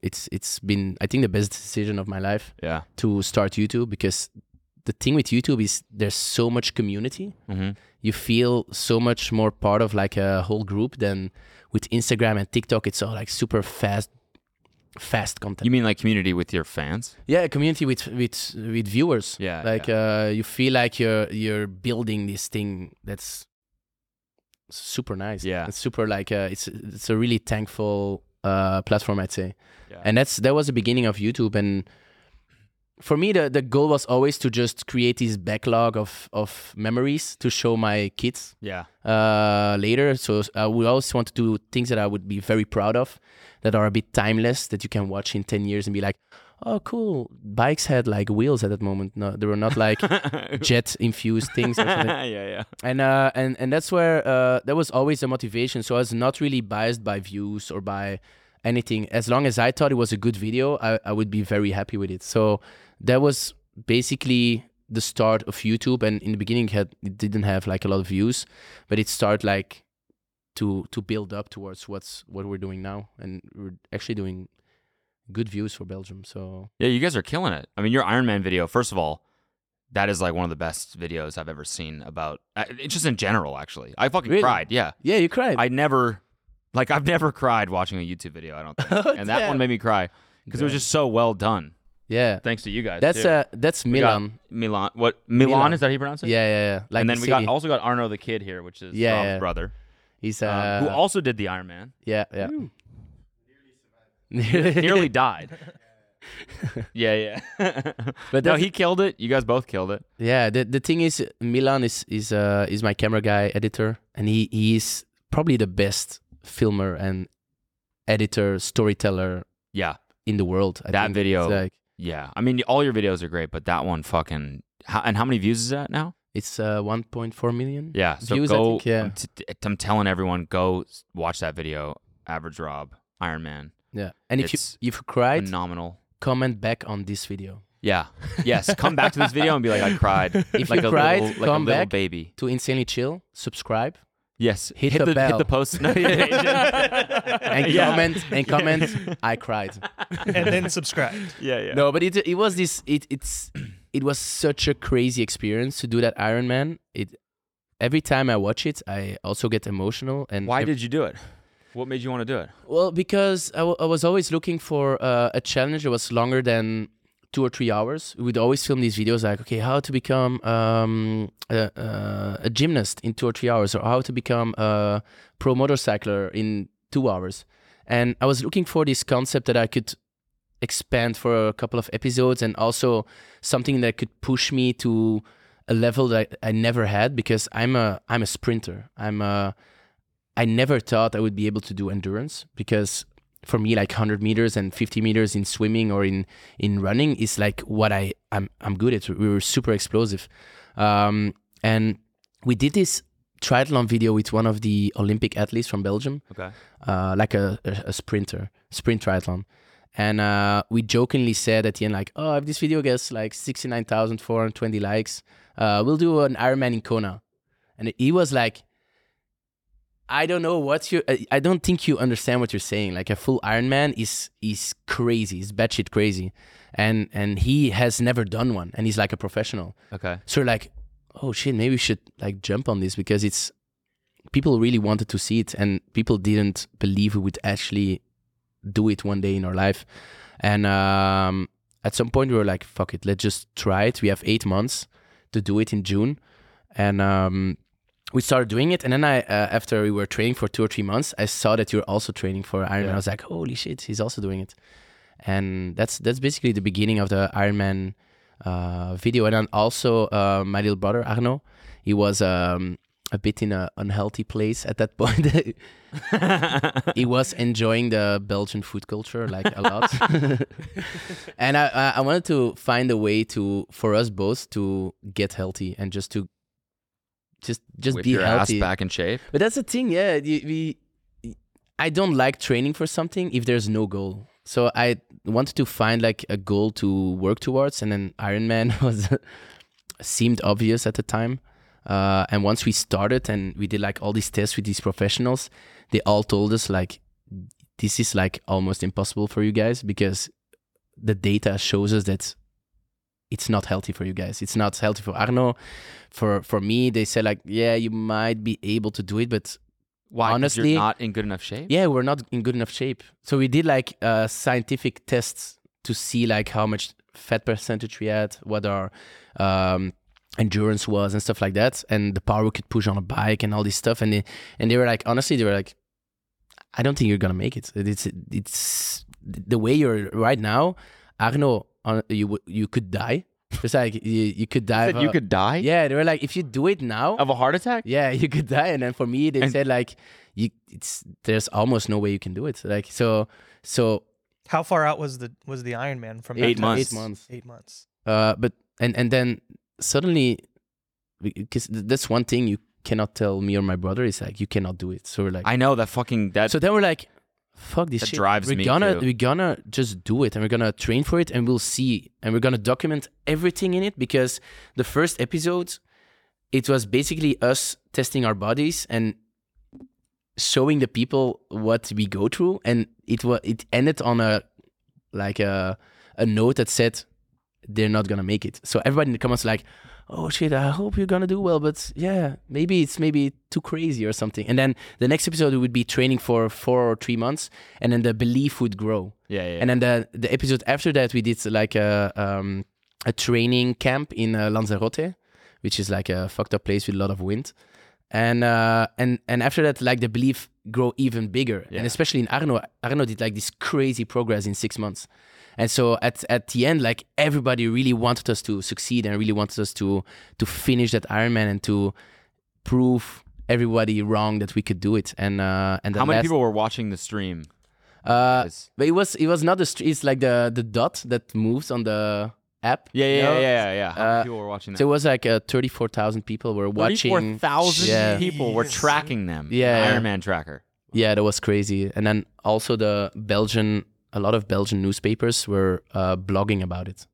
it's it's been I think the best decision of my life yeah. to start YouTube because the thing with YouTube is there's so much community. Mhm. You feel so much more part of like a whole group than with Instagram and TikTok. It's all like super fast, fast content. You mean like community with your fans? Yeah, a community with with with viewers. Yeah, like Uh, you feel like you're you're building this thing that's super nice. Yeah. it's super like uh, it's it's a really thankful uh, platform, I'd say. Yeah. And that's that was the beginning of YouTube, and for me, the the goal was always to just create this backlog of of memories to show my kids Yeah. uh, later. So s- I would always want to do things that I would be very proud of, that are a bit timeless, that you can watch in ten years and be like, "Oh, cool! Bikes had like wheels at that moment. No, they were not like jet infused things." Or something. yeah, yeah. And uh, and and that's where uh, that was always the motivation. So I was not really biased by views or by anything. As long as I thought it was a good video, I, I would be very happy with it. So that was basically the start of YouTube. And in the beginning, it had it didn't have like a lot of views, but it started like to to build up towards what's what we're doing now, and we're actually doing good views for Belgium. So Yeah, you guys are killing it. I mean, your Iron Man video, first of all, that is like one of the best videos I've ever seen about uh, it's just in general actually. I fucking Really? cried. Yeah. yeah, you cried. I never like I've never cried watching a YouTube video, I don't think. and that Damn. one made me cry cuz it was just so well done. yeah, Thanks to you guys. that's too. uh that's We got Milan. Milan. What Milan, Milan. is that how you pronounce it? Yeah, yeah, yeah. Like and then the we got city. also got Arno the kid here, which is Yeah, Rob's yeah. brother, He's um, uh, who also did the Iron Man. Yeah, yeah. Nearly died. yeah, yeah. But but no, that's- he killed it. You guys both killed it. yeah. The the thing is, Milan is is uh is my camera guy editor, and he he is probably the best filmer and editor storyteller Yeah, in the world. I That think. It's video- like yeah. I mean, all your videos are great, but that one fucking. How, and how many views is that now? it's uh 1.4 million. Yeah. So views, I go. think, yeah. I'm, t- I'm telling everyone, go s- watch that video. Average Rob, Iron Man, yeah. And if you It's if you cried, phenomenal. comment back on this video Yeah. Yes. Come back to this video and be like, I cried. If like you a cried, little, like come a little back. baby. to insanely chill. Subscribe Yes. Hit the hit bell. the post notification. and Yeah. comment and comment. I cried. and then subscribed. yeah. Yeah. No, but it it was this it it's it was such a crazy experience to do that Iron Man. It every time I watch it, I also get emotional and Why ev- did you do it? What made you want to do it? well because I, w- I was always looking for uh, a challenge that was longer than two or three hours. We'd always film these videos like okay, how to become um, a, uh, a gymnast in two or three hours, or how to become a pro motorcycler in two hours. And I was looking for this concept that I could expand for a couple of episodes and also something that could push me to a level that I never had because I'm a I'm a sprinter. I'm a I never thought I would be able to do endurance because for me like 100 meters and 50 meters in swimming or in in running is like what I I'm I'm good at. We were super explosive. Um and we did this triathlon video with one of the Olympic athletes from Belgium Okay. uh, like a, a, a sprinter, sprint triathlon. And uh, we jokingly said at the end, like, oh, if this video gets like 69,420 likes, uh, we'll do an Ironman in Kona. And he was like, I don't know what's your, I- I don't think you understand what you're saying. Like a full Ironman is is crazy, is batshit crazy. And and he has never done one and he's like a professional. Okay. So we're like, oh shit, maybe we should like jump on this because it's people really wanted to see it and people didn't believe we would actually do it one day in our life. And um, at some point we were like, fuck it, let's just try it. We have eight months to do it in June. And um, we started doing it. And then I, uh, after we were training for two or three months, I saw that you're also training for Ironman. I was like, holy shit, he's also doing it. and that's that's basically the beginning of the Iron Man uh, video. And then also uh, my little brother Arno, he was um, a bit in an unhealthy place at that point. he was enjoying the Belgian food culture like a lot, and I- I I wanted to find a way to for us both to get healthy and just to just just Whip be your healthy ass back in shape. but that's the thing, yeah. you- We, I don't like training for something if there's no goal. So I wanted to find like a goal to work towards, and then Ironman was seemed obvious at the time. Uh, and once we started and we did like all these tests with these professionals, they all told us like, this is like almost impossible for you guys because the data shows us that it's not healthy for you guys. It's not healthy for Arno. For for me, they said like, yeah, you might be able to do it, but Why? 'Cause Honestly- you're not in good enough shape. yeah, we're not in good enough shape. So we did like uh, scientific tests to see like how much fat percentage we had, what our um, endurance was, and stuff like that, and the power we could push on a bike and all this stuff. And they, and they were like, honestly, they were like, I don't think you're gonna make it. It- It's it's the way you're right now, Arno. hon- You would- you could die. It's like you, you could die. That of you a- could die Yeah, they were like, if you do it now, of a heart attack. yeah, you could die. And then for me, they And- said like, you, it's there's almost no way you can do it. Like so, so How far out was the was the Iron Man from that Eight time? months. Eight months. Eight months. Uh, but and and then suddenly, because that's one thing you cannot tell me or my brother is like you cannot do it. So we're like, I know that fucking that. so then we're like, fuck this That shit. drives we're me gonna too. we're gonna just do it and we're gonna train for it and we'll see and we're gonna document everything in it because the first episode, it was basically us testing our bodies and showing the people what we go through and it was it ended on a like a a note that said they're not gonna make it. So everybody in the comments like, oh shit, I hope you're gonna do well, but yeah, maybe it's maybe too crazy or something. And then the next episode would be training for four or three months, and then the belief would grow. yeah, yeah. And then the the episode after that, we did like a um, a training camp in uh, Lanzarote, which is like a fucked up place with a lot of wind. And uh, and and after that, like the belief grow even bigger, Yeah. and especially in Arno, Arno did like this crazy progress in six months. And so at at the end, like everybody really wanted us to succeed and really wanted us to to finish that Ironman and to prove everybody wrong that we could do it. And uh, and the How many last- people were watching the stream? Uh, It's- but it was it was not the street. It's like the the dot that moves on the app. yeah, yeah, you know? yeah, yeah, yeah. How uh, many people were watching that? So it was like uh, thirty four thousand people were watching. Thirty-four thousand Yeah. people were tracking them. Yeah, An yeah. Iron Man tracker. Yeah, that was crazy. And then also the Belgian, a lot of Belgian newspapers were uh, blogging about it.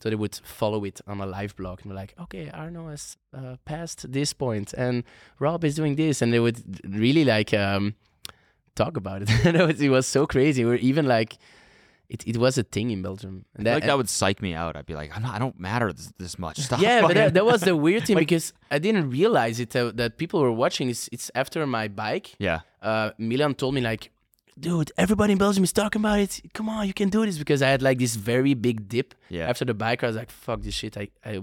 So they would follow it on a live blog and be like, okay, Arno has uh, passed this point and Rob is doing this. And they would really like um, talk about it. And it, was, it was so crazy. We're even like, it, it was a thing in Belgium. And I feel like that would psych me out. I'd be like, I'm not, I don't matter this, this much. Stop yeah, but fucking- that, that was the weird thing because I didn't realize it uh, that people were watching. It's, it's after my bike yeah. uh, Milan told me like, dude, everybody in Belgium is talking about it. Come on, you can do this because I had like this very big dip Yeah. after the bike. I was like, fuck this shit. I, I,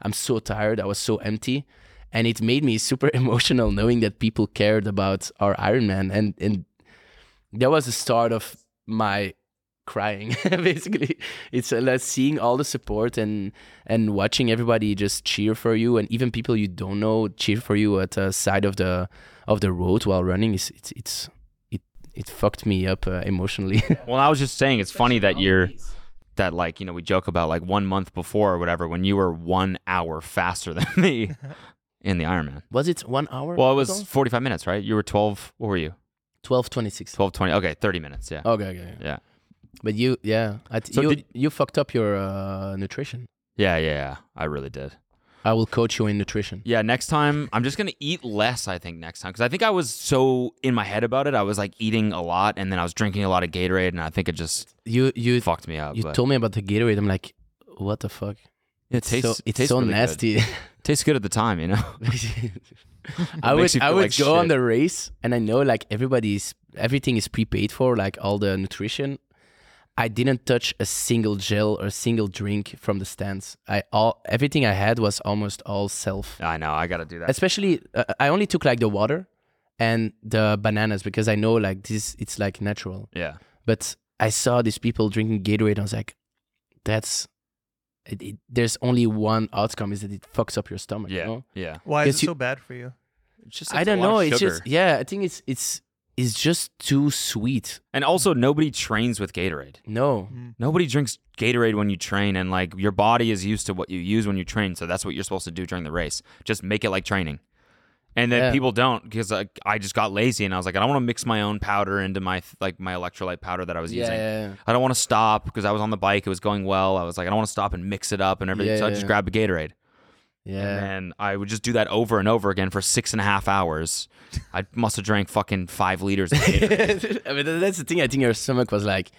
I'm so tired. I was so empty, and it made me super emotional knowing that people cared about our Ironman, and and that was the start of my crying basically it's uh, like seeing all the support and and watching everybody just cheer for you and even people you don't know cheer for you at the side of the of the road while running is it's it's it it fucked me up uh, emotionally Well, I was just saying, it's funny that you're that like you know we joke about like one month before or whatever when you were one hour faster than me in the Ironman. was it one hour Well, it was 45 minutes, right? You were 12. What were you? 12 26 12, 20. Okay, 30 minutes. Yeah. okay okay Yeah. but you yeah I t- So you did- you fucked up your uh, nutrition Yeah, yeah, yeah. I really did. i will coach you in nutrition Yeah, next time I'm just gonna eat less. I think next time because I think I was so in my head about it. I was like eating a lot, and then I was drinking a lot of Gatorade, and I think it just you you fucked me up. you but told me about the gatorade i'm like what the fuck it tastes, so, it tastes so really good. nasty Tastes good at the time, you know. makes I would you I feel would like go on shit. the race and I know like everybody's everything is prepaid for, like all the nutrition. I didn't touch a single gel or a single drink from the stands. I all everything I had was almost all self. I know. I gotta do that. Especially uh, I only took like the water and the bananas because I know like this it's like natural. yeah. But I saw these people drinking Gatorade. And I was like, that's. It, it, there's only one outcome is that it fucks up your stomach. Yeah, You know? yeah. Why is Yes, it you- so bad for you? It's just I it's a don't lot of know. It's sugar. just yeah. I think it's it's it's just too sweet. and also nobody trains with Gatorade. No, Nobody drinks Gatorade when you train, and like your body is used to what you use when you train, so that's what you're supposed to do during the race. Just make it like training, and then Yeah. people don't because like, I just got lazy and I was like, I don't want to mix my own powder into my like my electrolyte powder that I was Yeah, using. yeah, yeah. I don't want to stop because I was on the bike, it was going well. I was like, I don't want to stop and mix it up and everything, so Yeah, I yeah, just yeah. grabbed a Gatorade. yeah. And I would just do that over and over again for six and a half hours. I must have drank fucking five liters of Gatorade. I mean, that's the thing. I think your stomach was like,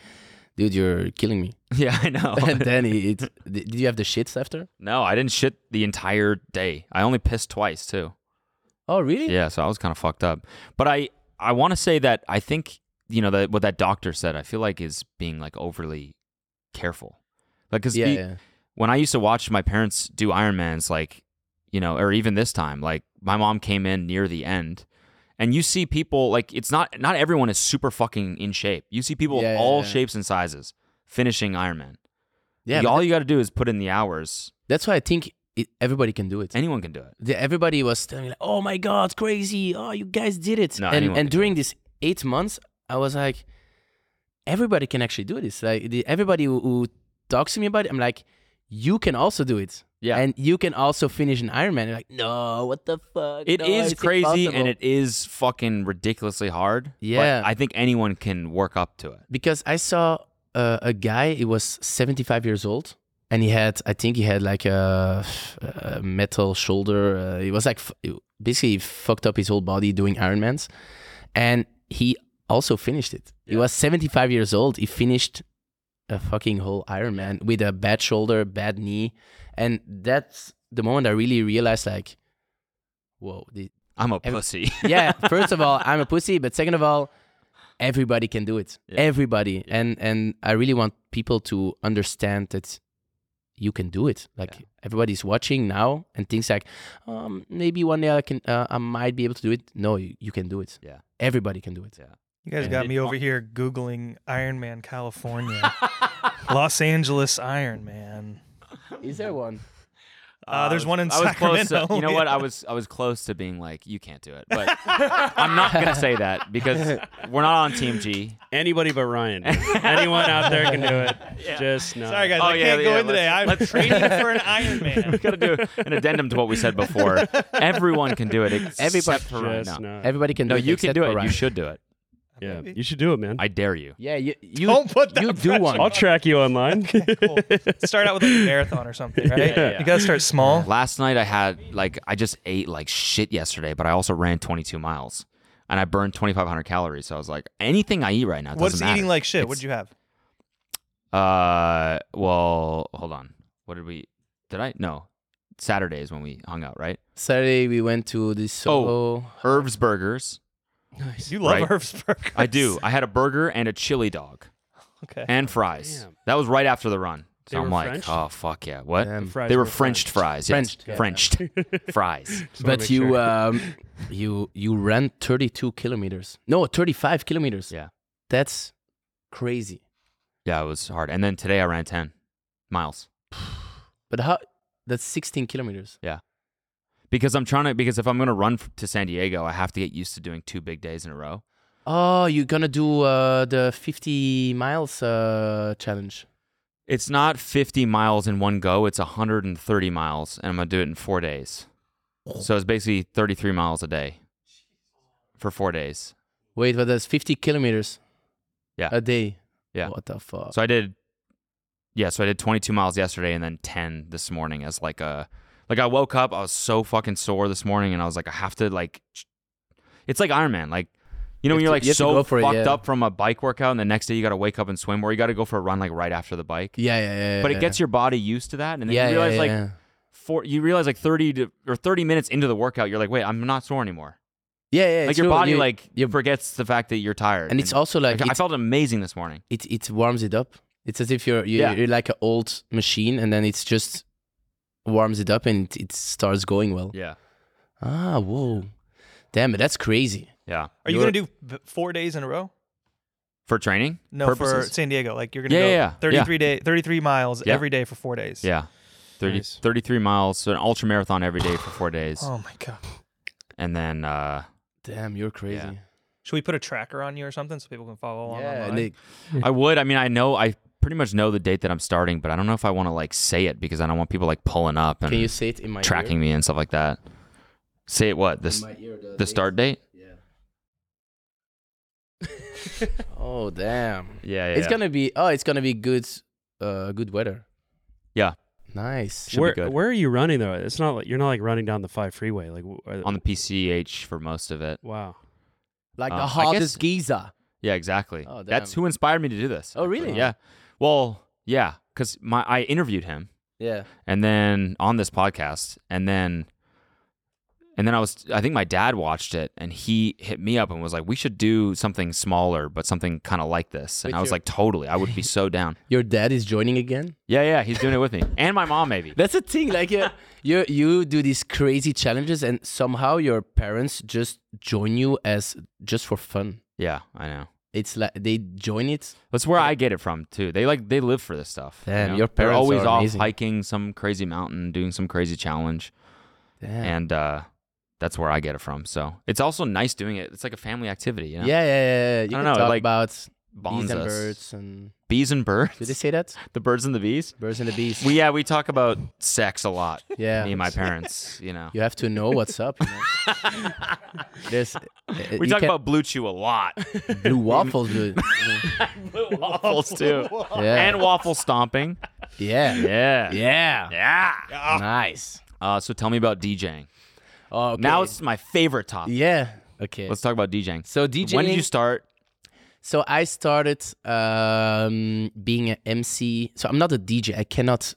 dude, you're killing me. yeah, I know. and then it, it did you have the shits after? No, I didn't shit the entire day. I only pissed twice too. Oh, really? Yeah, so I was kind of fucked up. But I I want to say that I think you know that what that doctor said. I feel like is being like overly careful, like because Yeah, yeah. when I used to watch my parents do Ironmans, like you know, or even this time, like my mom came in near the end. And you see people like it's not not everyone is super fucking in shape. You see people Yeah, of yeah, all yeah. shapes and sizes finishing Ironman. Yeah, but all you got to do is put in the hours. That's why I think it, everybody can do it. Anyone can do it. The- everybody was telling me, like, "Oh my god, it's crazy! Oh, you guys did it!" No, and anyone and can do during these eight months, I was like, "Everybody can actually do this." Like the, everybody who, who talks to me about it, I'm like, "You can also do it." Yeah. and you can also finish an Ironman. You're like, no, what the fuck? It No, is it's crazy and impossible." it is fucking ridiculously hard. but Yeah. I think anyone can work up to it. because I saw uh, a guy. He was 75 years old, and he had, I think, he had like a, a metal shoulder. Uh, he was like f- basically he fucked up his whole body doing Ironmans, and he also finished it. He was 75 years old. He finished a fucking whole Ironman with a bad shoulder, bad knee, and that's the moment I really realized, like, whoa, the, I'm a Every- pussy. yeah first of all i'm a pussy but second of all everybody can do it Yeah. everybody and and i really want people to understand that you can do it like everybody's watching now and things like um maybe one day i can uh, i might be able to do it no you, you can do it Yeah. everybody can do it Yeah. You guys And got it- me over here googling Iron Man California, Los Angeles Iron Man. is there one Uh, there's I was- one in I was Close to, Sacramento, you know what? yeah. I was I was close to being like, you can't do it, but I'm not gonna say that because we're not on Team G. Anybody but Ryan. Anyone out there can do it. Just no. Sorry guys, Oh, I yeah, can't go yeah, in today. let's- I'm let's- training for an Iron Man. Got to do an addendum to what we said before. Everyone can do it except Everybody- for Ryan. Just No, not. everybody can No, do it you can except do for it. You Ryan. should do it. Yeah, you should do it, man. I dare you. yeah you you Don't put that you do pressure one I'll track you online. Cool. Start out with like a marathon or something, right? Yeah. You gotta start small. Last night I had like I just ate like shit yesterday, but I also ran 22 miles and I burned 2,500 calories. So I was like, anything I eat right now What's doesn't matter. eating like shit? What'd you have? Uh, well, hold on. What did we? Did I? No, Saturday is when we hung out, right? saturday we went to this Soho. Oh. Irv's Burgers. You love Right. Irv's Burgers. I do. I had a burger and a chili dog Okay. and fries. Damn. That was right after the run. So They I'm were like, Frenched? oh fuck yeah, what? Damn. The fries they were were Frenched fries. Yes. Frenched, Frenched, fries. but you um you you ran 32 kilometers no 35 kilometers Yeah. that's crazy Yeah, it was hard. And then today I ran 10 miles but how that's 16 kilometers because I'm trying to. Because if I'm gonna run f- to San Diego, I have to get used to doing two big days in a row. oh you're gonna do uh the 50 miles uh challenge It's not 50 miles in one go. It's 130 miles, and I'm gonna do it in four days. So it's basically 33 miles a day for four days. wait but that's 50 kilometers Yeah. a day Yeah. what the fuck So I did, yeah. So I did 22 miles yesterday, and then 10 this morning as like a, like I woke up, I was so fucking sore this morning, and I was like, I have to like, ch- it's like Iron Man, like. You know, You when have you're to- like you so have to go for it, fucked yeah. up from a bike workout, and the next day you got to wake up and swim, or you got to go for a run like right after the bike. yeah yeah yeah But yeah. it gets your body used to that, and then yeah, you realize yeah, like yeah. four, you realize like 30 to, or 30 minutes into the workout, you're like, wait, I'm not sore anymore. yeah, yeah, like your true. body You- like you- forgets the fact that you're tired. and it's also like I it's- felt amazing this morning. it it warms it up. It's as if you're you're, Yeah. you're like an old machine, and then it's just warms it up and it, it starts going well. Yeah. Ah, whoa, damn it, that's crazy. Yeah. Are you gonna do b- four days in a row? for training No, purposes. for San Diego. Like you're gonna Yeah, go yeah, yeah. 33 day, 33 miles Yeah. every day for four days. yeah, 30, Nice. 33 miles, so an ultra marathon every day for four days, Oh my god. and then uh, Damn, you're crazy. Yeah. Should we put a tracker on you or something so people can follow along? Yeah, online? Nick. I would. I mean, I know I pretty much know the date that I'm starting, but I don't know if I want to like say it because I don't want people like pulling up and Can you say it in my Hmm. tracking me and stuff like that. Say it what Ear? this In my ear, the start date? Yeah. oh damn! Yeah, It's gonna be oh, it's gonna be good, uh, good weather. Yeah. Nice. Should be where, good. where are you running though? It's not like you're not like running down the five freeway. Like wh- are, on the PCH for most of it. wow. Like Um, the I hardest guess- Giza. Yeah, exactly. Oh, That's damn. who inspired me to do this. Oh, really? Yeah. Well, yeah, because my I interviewed him Yeah. and then on this podcast and then and then I was I think my dad watched it and he hit me up and was like, we should do something smaller but something kind of like this. And With I was your- like, totally, I would be so down. Your dad is joining again. Yeah, yeah, he's doing it with me and my mom maybe. That's the thing. Like uh, you, you do these crazy challenges, and somehow your parents just join you as just for fun. Yeah, I know. It's like they join it. That's where I get it from too. They like they live for this stuff. Damn, your parents They're always are off amazing. hiking some crazy mountain, doing some crazy challenge, Damn. and uh, that's where I get it from. So it's also nice doing it. It's like a family activity. You know? yeah, yeah, yeah. yeah. You I can don't know, talk like, about bonds bees and us. birds and bees and birds. did they say that? the birds and the bees. Birds and the bees. We yeah, we talk about sex a lot. yeah. Me and my parents, you know. You have to know what's up. You know? There's, uh, We talk about blue chew a lot. blue waffles, dude. waffles too, yeah. and waffle stomping. yeah. Yeah. Yeah, Yeah. yeah. Nice. Uh, so tell me about DJing. Oh, okay. Now it's my favorite topic. yeah. Okay. Let's talk about DJing. So When did you DJing start? So I started um, being an MC. So I'm not a DJ. I cannot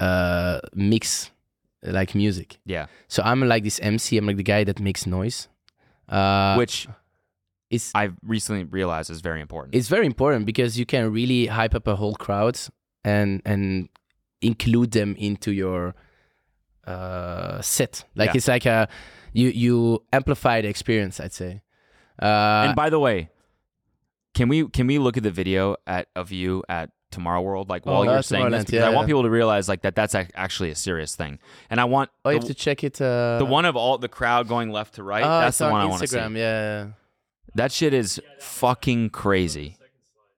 uh, mix uh, like music. Yeah. So I'm like this MC. I'm like the guy that makes noise. Uh, which is I've recently realized is very important. it's very important because you can really hype up a whole crowd and and include them into your uh, set. Like Yeah. it's like a you you amplify the experience. I'd say. Uh, and by the way, can we can we look at the video at of you at Tomorrow World like while Oh, you're uh, saying this? Tomorrowland, Because I yeah, want yeah. people to realize like that that's ac- actually a serious thing, and I want oh, you the, have to check it. Uh, the one of all the crowd going left to right. oh, that's it's the on one I want to Instagram. see. yeah. That shit is fucking crazy.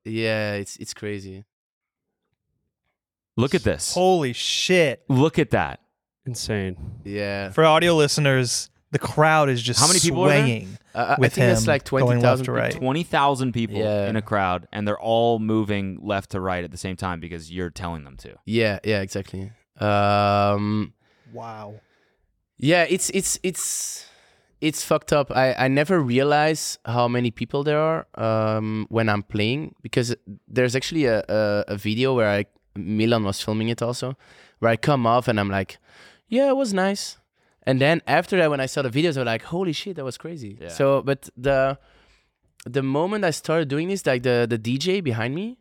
Yeah, it's it's crazy. Look at this. Holy shit! Look at that. Insane. Yeah, For audio listeners, the crowd is just How many people are there? swaying. I- I, I With think that's him like going left twenty thousand. to right. Twenty thousand people Yeah. in a crowd, and they're all moving left to right at the same time because you're telling them to. Yeah, yeah, exactly. Um, Wow. yeah, it's it's it's it's fucked up. I I never realize how many people there are um, when I'm playing because there's actually a, a a video where I Milan was filming it also, where I come off and I'm like, yeah, it was nice. And then after that, when I saw the videos, I was like, holy shit, that was crazy. Yeah. So, but the the moment I started doing this, like the the DJ behind me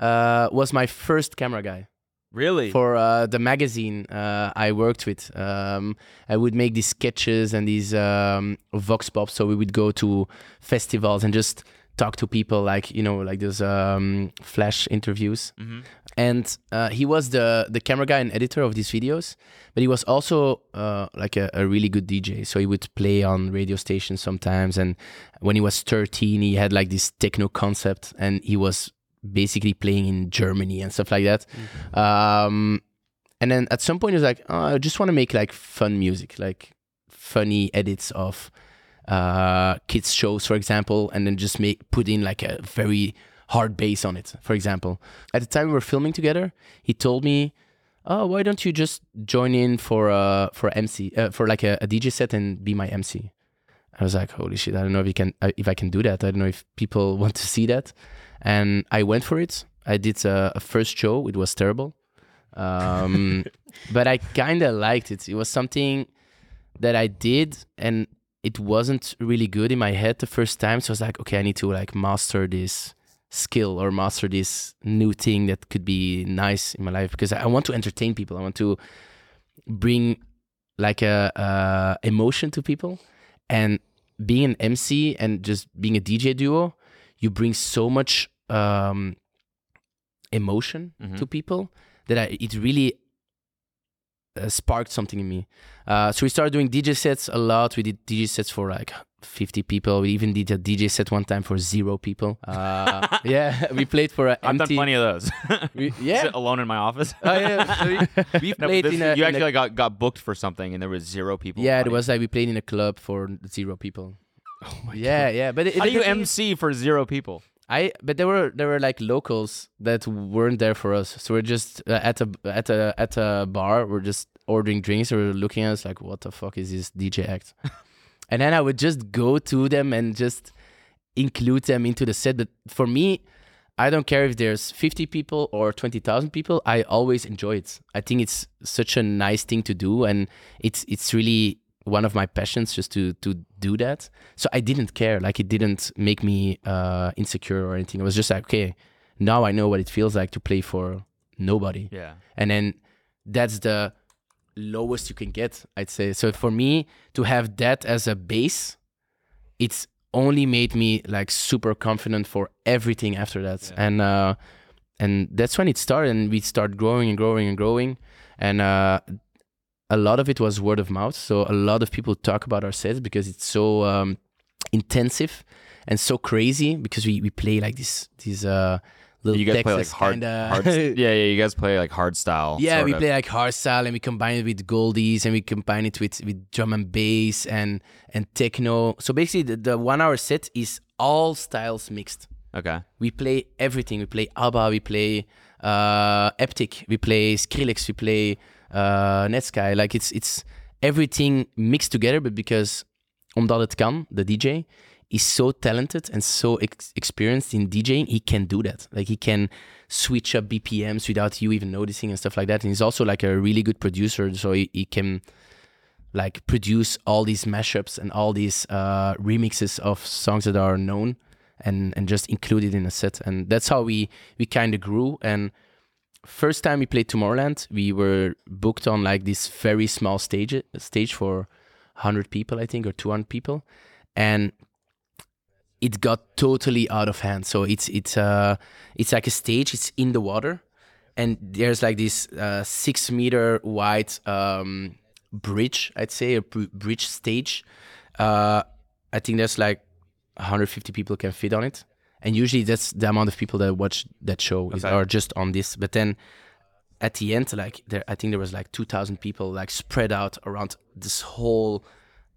uh, was my first camera guy Really? for uh, the magazine uh, I worked with. Um, I would make these sketches and these um, vox pops. So we would go to festivals and just talk to people, like you know, like those um, flash interviews. Mm-hmm. And uh, he was the the camera guy and editor of these videos, but he was also uh, like a, a really good DJ. So he would play on radio stations sometimes. And when he was 13, he had like this techno concept, and he was basically playing in Germany and stuff like that. Um, and then at some point, he was like, oh, I just want to make like fun music, like funny edits of uh, kids shows, for example, and then just make put in like a very hard bass on it, for example. At the time we were filming together, he told me, "Oh, why don't you just join in for uh for MC uh, for like a, a DJ set and be my MC?" I was like, "Holy shit! I don't know if you can uh, if I can do that. I don't know if people want to see that." And I went for it. I did uh, a, a first show. It was terrible, um, but I kind of liked it. It was something that I did and it wasn't really good in my head the first time. So I was like, okay, I need to like master this skill or master this new thing that could be nice in my life because I I want to entertain people. I want to bring like a uh, emotion to people and being an MC and just being a DJ duo, you bring so much um, emotion Mhm. to people that I, it really uh, sparked something in me. Uh, so we started doing DJ sets a lot. We did DJ sets for like 50 people. We even did a DJ set one time for zero people. Uh, yeah, we played for an I've empty. done plenty of those. We- Sit yeah. alone in my office. Oh, yeah. So we- we, No, but played this- in a. you in a- actually got, got booked for something, and there was zero people. yeah, it playing. was like we played in a club for zero people. Oh my yeah, yeah, but it, How do it- you the thing is- MC for zero people? I but there were there were like locals that weren't there for us, so we're just uh, at a at a at a bar. We're just ordering drinks. We're looking at us like, what the fuck is this DJ act? and then I would just go to them and just include them into the set. But for me, I don't care if there's 50 people or 20,000 people. I always enjoy it. I think it's such a nice thing to do, and it's it's really one of my passions just to to do that. So I didn't care. Like it didn't make me uh, insecure or anything. It was just like, okay, now I know what it feels like to play for nobody. Yeah. And then that's the lowest you can get, I'd say. So for me to have that as a base, it's only made me like super confident for everything after that. And uh and that's when it started and we started growing and growing and growing. And uh a lot of it was word of mouth. So a lot of people talk about our sets because it's so um intensive and so crazy because we, we play like this these uh little You guys play like Texas hard, kinda- hard. Yeah, yeah. You guys play like hard style. yeah, sort we of. play like hardstyle and we combine it with goldies and we combine it with, with drum and bass and and techno. So basically, the, the one hour set is all styles mixed. Okay. We play everything. We play ABBA. We play uh, Eptic. We play Skrillex. We play uh, Netsky. Like it's it's everything mixed together. But because omdat het kan, the DJ is so talented and so ex- experienced in DJing, he can do that. Like he can switch up BPMs without you even noticing and stuff like that. And he's also like a really good producer, so he, he can like produce all these mashups and all these uh, remixes of songs that are known and and just include it in a set and that's how we we kind of grew and first time we played tomorrowland we were booked on like this very small stage stage for 100 people i think or 200 people and it got totally out of hand so it's it's uh it's like a stage it's in the water and there's like this uh, six meter wide um, bridge, I'd say, a br- bridge stage. Uh, I think there's like 150 people can fit on it, and usually that's the amount of people that watch that show is, are just on this. But then at the end, like there, I think there was like 2,000 people like spread out around this whole.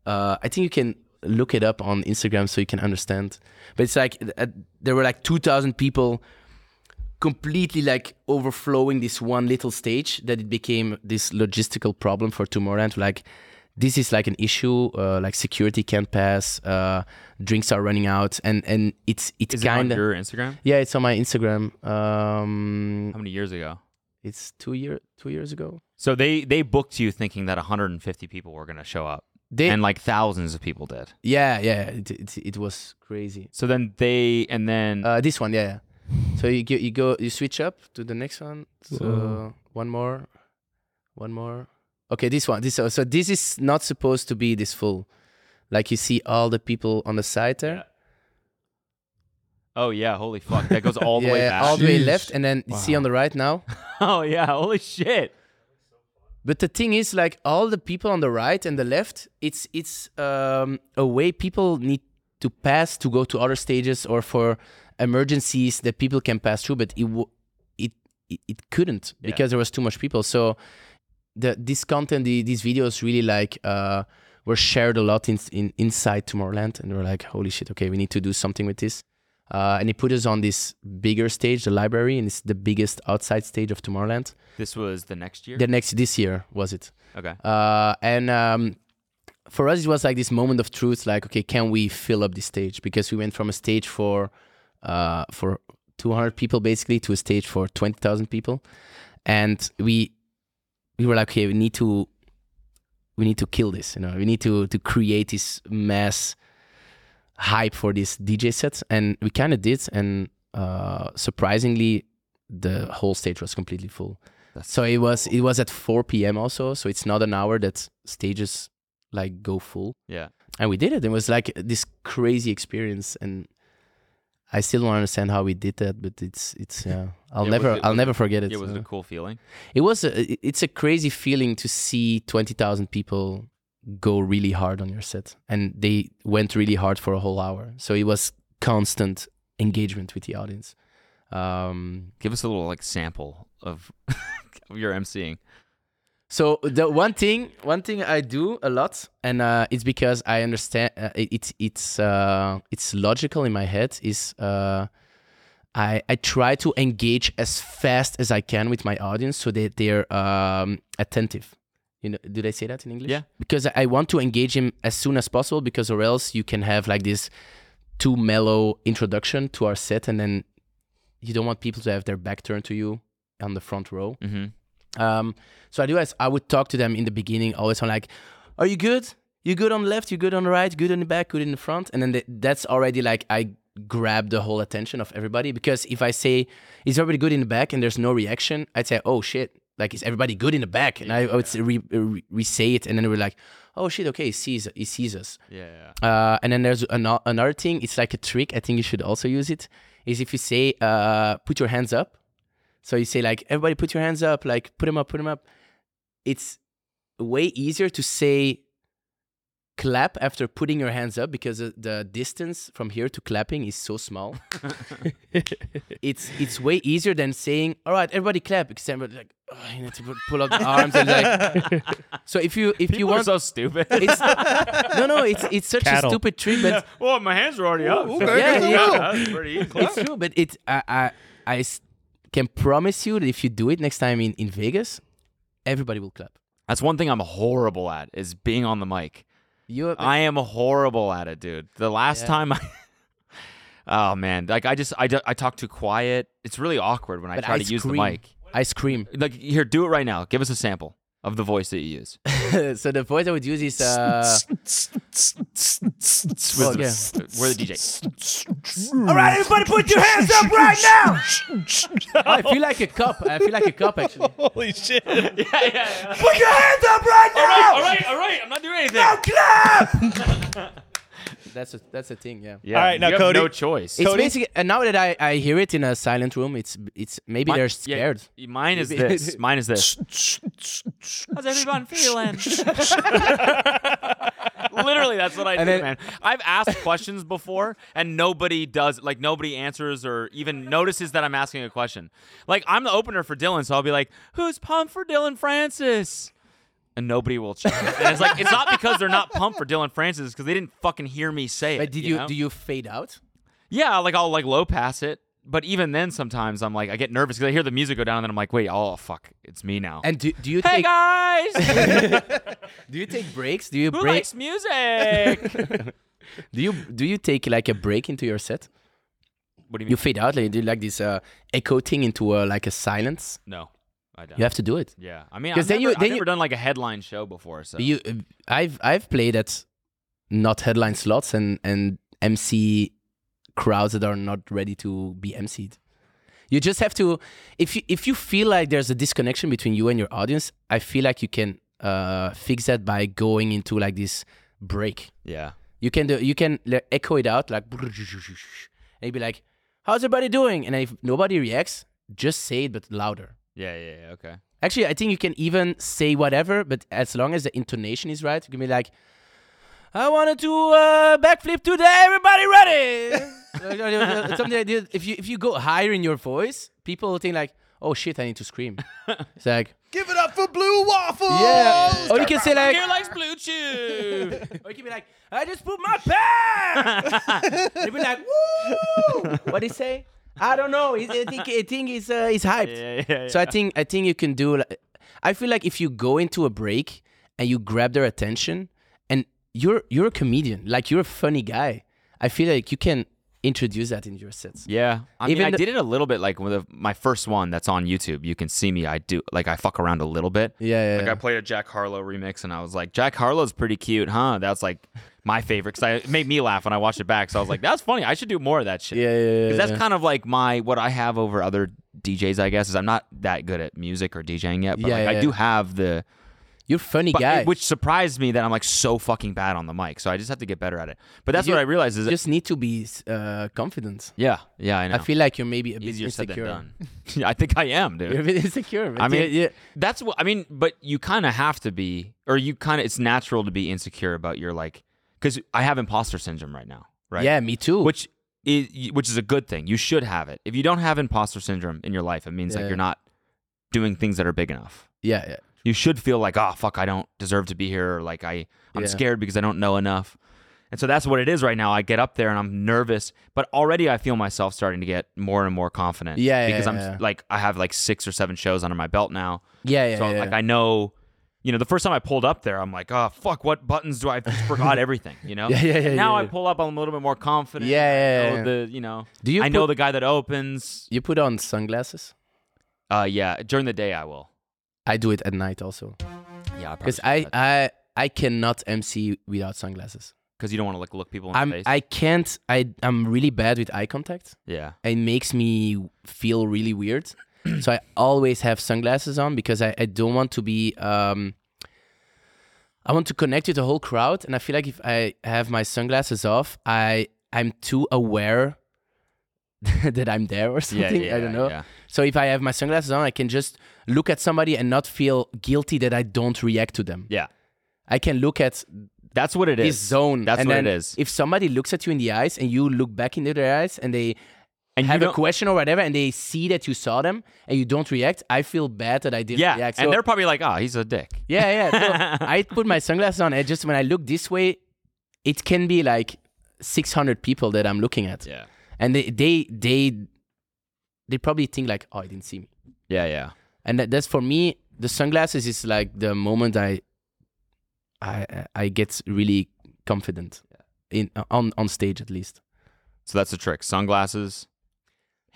Uh, I think you can look it up on Instagram so you can understand. But it's like uh, there were like 2,000 people completely like overflowing this one little stage that it became this logistical problem for Tomorrowland. Like, this is like an issue. Uh, like security can't pass. Uh, drinks are running out, and and it's it's Is kind it on of your Instagram? yeah. It's on my Instagram. Um, How many years ago? it's two year two years ago. So they they booked you thinking that 150 people were gonna show up, They and like thousands of people did. yeah yeah. It it, it was crazy. So then they and then Uh, this one yeah. yeah. So you go, you go you switch up to the next one. So Whoa. one more, one more. Okay, this one. This uh, so, so this is not supposed to be this full. Like you see all the people on the side there. oh yeah, holy fuck, that goes all the way Yeah, back. all the way Jeez. left, and then you see on the right now. oh yeah, holy shit. But the thing is, like all the people on the right and the left, it's it's um, a way people need to pass to go to other stages or for emergencies that people can pass through. But it w- it it, it couldn't Yeah. because there was too much people. So the this content, the, these videos, really like uh, were shared a lot in, in inside Tomorrowland, and they were like, holy shit, okay, we need to do something with this. Uh, and he put us on this bigger stage, the library, and it's the biggest outside stage of Tomorrowland. This was the next year. The next this year was it? okay. Uh, and um, for us, it was like this moment of truth. Like, okay, can we fill up this stage? Because we went from a stage for uh, for 200 people basically to a stage for 20,000 people, and we we were like, okay, we need to we need to kill this. You know, we need to to create this mass hype for this DJ set, and we kind of did. And uh, surprisingly, the whole stage was completely full. So it was it was at 4 p.m. also, so it's not an hour that stages like go full. Yeah. And we did it. It was like this crazy experience, and I still don't understand how we did that, but it's it's yeah. I'll never I'll never forget it. It was so. a cool feeling. It was a, it- it's a crazy feeling to see 20,000 people go really hard on your set and they went really hard for a whole hour. So it was constant engagement with the audience. Um, Give us a little like sample of, of your emceeing. so the one thing one thing I do a lot and uh, it's because I understand uh, it, it's it's uh, it's logical in my head is uh, I, I try to engage as fast as I can with my audience so that they're um, attentive. You know, did I say that in English? Yeah. Because I want to engage him as soon as possible because or else you can have like this too mellow introduction to our set and then you don't want people to have their back turned to you on the front row. Mhm. Um, so I do as I would talk to them in the beginning always. I'm like, are you good? You good on the left? You good on the right? Good in the back? Good in the front? And then the, that's already like I grab the whole attention of everybody because if I say is everybody good in the back and there's no reaction, I'd say oh shit, like is everybody good in the back? And I, I would say- re, re, re say it and then we're like oh shit, okay, he sees he sees us. Yeah. Uh, and then there's an- another thing. It's like a trick. I think you should also use it. Is if you say, uh, "Put your hands up," so you say like, "Everybody, put your hands up!" Like, "Put them up, put them up." It's way easier to say clap after putting your hands up because the- the distance from here to clapping is so small. it's it's way easier than saying, "All right, everybody clap," except everybody like, oh, you need to put- pull up the arms and like. so if you if you People are want so stupid. it's no, no. It's it's such Cattle. a stupid trick, but well, my hands were already up. Yeah, good to yeah. know. That's pretty easy. it's true. But it, I, I, I s- can promise you that if you do it next time in in Vegas, everybody will clap. That's one thing I'm horrible at is being on the mic. You, I am horrible at it, dude. The last Yeah. time I, oh man, like I just I, do- I talk too quiet. It's really awkward when I But try I to use the scream. mic. I scream. Like here, do it right now. Give us a sample of the voice that you use. so the voice I would use is, uh, We're well, the- yeah. we're the DJ. all right, everybody, put your hands up right now. I feel like a cop. I feel like a cop actually. Holy shit. put your hands up right now. All right, all right. I'm not doing anything. That's a that's a thing. Yeah. Yeah, All right, now, you have Cody. no choice. It's Cody? basically, and now that I, I hear it in a silent room, it's it's maybe Mi- they're yeah, scared. y- mine is this. Mine is this. How's everyone feeling? Literally, that's what I do, then- man. I've asked questions before, and nobody does. Like nobody answers or even notices that I'm asking a question. Like I'm the opener for Dylan, so I'll be like, "Who's pumped for Dylan Francis?" And nobody will check. And it's like it's not because they're not pumped for Dylan Francis, because they didn't fucking hear me say it. But did you, know? do you fade out? Yeah, like I'll like low pass it, but even then, sometimes I'm like I get nervous because I hear the music go down, and then I'm like, wait, oh fuck, it's me now. And do, do you hey take guys, do you take breaks? Do you who break? likes music? Do you do you take like a break into your set? what do you mean? You fade out, like you do like this uh, echo thing into uh, like a silence. no, I don't. You have to do it. yeah, I mean, 'Cause I've, then never, you- I've then you- never done like a headline show before, so You, I've I've played at not headline slots and and MC crowds that are not ready to be MC'd. You just have to if you if you feel like there's a disconnection between you and your audience, I feel like you can uh, fix that by going into like this break. yeah, You can do, you can like, echo it out like and you'd be like, "How's everybody doing?" And if nobody reacts, just say it but louder. yeah, yeah, yeah, okay. Actually, I think you can even say whatever, but as long as the intonation is right, you can be like, "I wanted to uh, backflip today. Everybody ready?" Something like that. If you if you go higher in your voice, people will think like, "Oh shit, I need to scream." It's like, Give it up for Blue Waffle. yeah. Or you can say like, Here likes blue chew. or you can be like, I just put my pants. They'd be like, woo. What did he say? I don't know. He's, I think I think he's uh, he's hyped. yeah, yeah, So I think I think you can do. li- I feel like if you go into a break and you grab their attention, and you're you're a comedian, like you're a funny guy. I feel like you can introduce that in your sets. Yeah, I mean, Even I the- did it a little bit, like with my first one that's on YouTube. You can see me. I do like I fuck around a little bit. Yeah, yeah, Like yeah. I played a Jack Harlow remix, and I was like, Jack Harlow's pretty cute, huh? That's like my favorite because it made me laugh when I watched it back. So I was like, that's funny. I should do more of that shit. Yeah, yeah, yeah, 'Cause that's yeah. kind of like my what I have over other DJs, I guess, is I'm not that good at music or DJing yet, but Yeah, like yeah, I do yeah. have the You're a funny But- guy. Which surprised me that I'm like so fucking bad on the mic. So I just have to get better at it. But that's You what I realized is that- just need to be uh, confident. yeah, yeah, I know. I feel like you're maybe a bit easier said insecure. than done. I think I am, dude. You're a bit insecure. but I you- mean, you- that's what I mean. But you kind of have to be, or you kind of it's natural to be insecure about your like, because I have imposter syndrome right now, right? yeah, me too. Which is which is a good thing. You should have it. If you don't have imposter syndrome in your life, it means Yeah. like you're not doing things that are big enough. yeah, yeah. You should feel like, oh fuck, I don't deserve to be here, or like I I'm Yeah. scared because I don't know enough. And so that's what it is right now. I get up there and I'm nervous, but already I feel myself starting to get more and more confident. Yeah, yeah, because I'm yeah. like I have like six or seven shows under my belt now Yeah, yeah, so I'm yeah. like I know, you know, the first time I pulled up there, I'm like, oh fuck, what buttons do I I forgot everything, you know? Yeah, yeah, yeah, now yeah, I yeah. pull up, I'm a little bit more confident. Yeah, yeah, I know yeah, The you know, Do you I know put- the guy that opens. you put on sunglasses. Uh, yeah, during the day I will. I do it at night also Yeah, because I, I I cannot MC without sunglasses. because you don't want to like look people in the I'm face. I can't. I I'm really bad with eye contact. yeah, It makes me feel really weird. so I always have sunglasses on because I, I don't want to be. Um, I want to connect with the whole crowd, and I feel like if I have my sunglasses off, I I'm too aware that I'm there or yeah, something. yeah, I don't know. yeah. So if I have my sunglasses on, I can just look at somebody and not feel guilty that I don't react to them. yeah. I can look at That's what it is. this zone. That's and what then it is. If somebody looks at you in the eyes and you look back into their eyes and they and you have a don't- question or whatever and they see that you saw them and you don't react, I feel bad that I didn't Yeah, react. So- and they're probably like, oh, he's a dick. yeah, yeah. So I put my sunglasses on and just when I look this way, it can be like 600 people that I'm looking at. Yeah, And they, they, they, they probably think like, oh, I didn't see me. yeah, yeah. and that, that's for me the sunglasses is like the moment i i i get really confident in on on stage at least So that's the trick: sunglasses,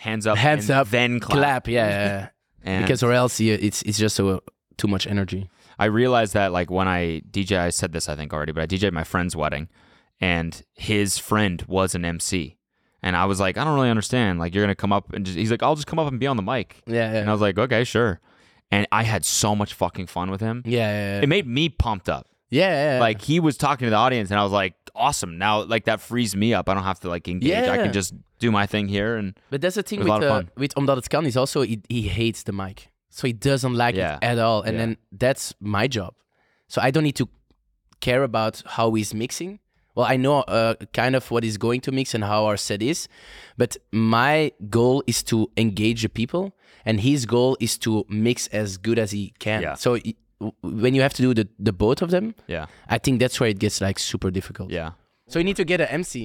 hands up, Hands and up, then clap, clap. yeah, yeah, yeah. And- because or else you, it's it's just so uh, too much energy I realized that like when I DJ, I said this I think already, but I DJed my friend's wedding, and his friend was an MC, and I was like, I don't really understand. Like you're gonna come up and just, he's like, I'll just come up and be on the mic, yeah yeah and I was like, okay, sure. And I had so much fucking fun with him. yeah yeah yeah. It made me pumped up. yeah, yeah, yeah. Like he was talking to the audience, and I was like, awesome. Now like that frees me up. I don't have to like engage. I Yeah. can just do my thing here and but that's the thing it with was a lot uh, of fun. with omdat het kan is also he, he hates the mic so he doesn't like Yeah. it at all and Yeah. then that's my job so i don't need to care about how he's mixing. Well, I know uh, kind of what he's going to mix and how our set is, but my goal is to engage the people, and his goal is to mix as good as he can. Yeah. So i- w- when you have to do the, the both of them, yeah, I think that's where it gets like super difficult. yeah. So you need to get an MC,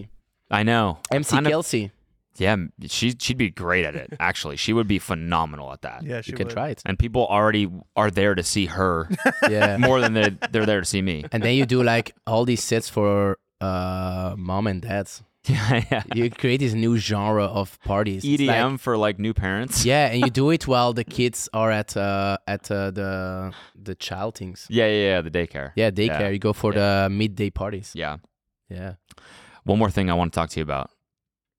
I know. MC Kind of- Kelsey. yeah, she she'd be great at it. Actually, she would be phenomenal at that. Yeah, she You can would. try it. and people already are there to see her yeah. more than they're, they're there to see me. And then you do like all these sets for uh mom and dads. Yeah, yeah. You create this new genre of parties. It's like- EDM E for like new parents. Yeah, and you do it while the kids are at uh, at uh, the the child things. yeah, yeah, yeah, The daycare. Yeah, daycare. You go for the midday parties. yeah. Yeah. One more thing I want to talk to you about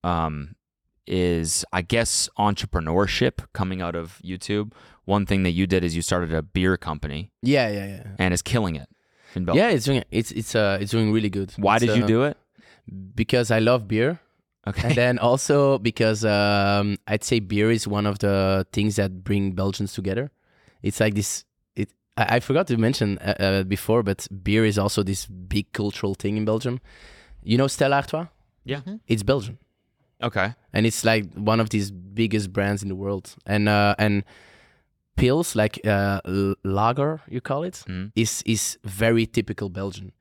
um, is I guess entrepreneurship coming out of YouTube. One thing that you did is you started a beer company Yeah, yeah, yeah. and is killing it in Belgium. Yeah, it's doing it's it's uh it's doing really good. Why It's, did you uh, do it? Because I love beer, and Okay. then also because um I'd say beer is one of the things that bring Belgians together. It's like this. It I, I forgot to mention uh, uh, before, but beer is also this big cultural thing in Belgium. You know Stella Artois? yeah. It's Belgian. Okay. and it's like one of these biggest brands in the world and uh and pills like uh l- lager you call it, is Mhm. is very typical belgian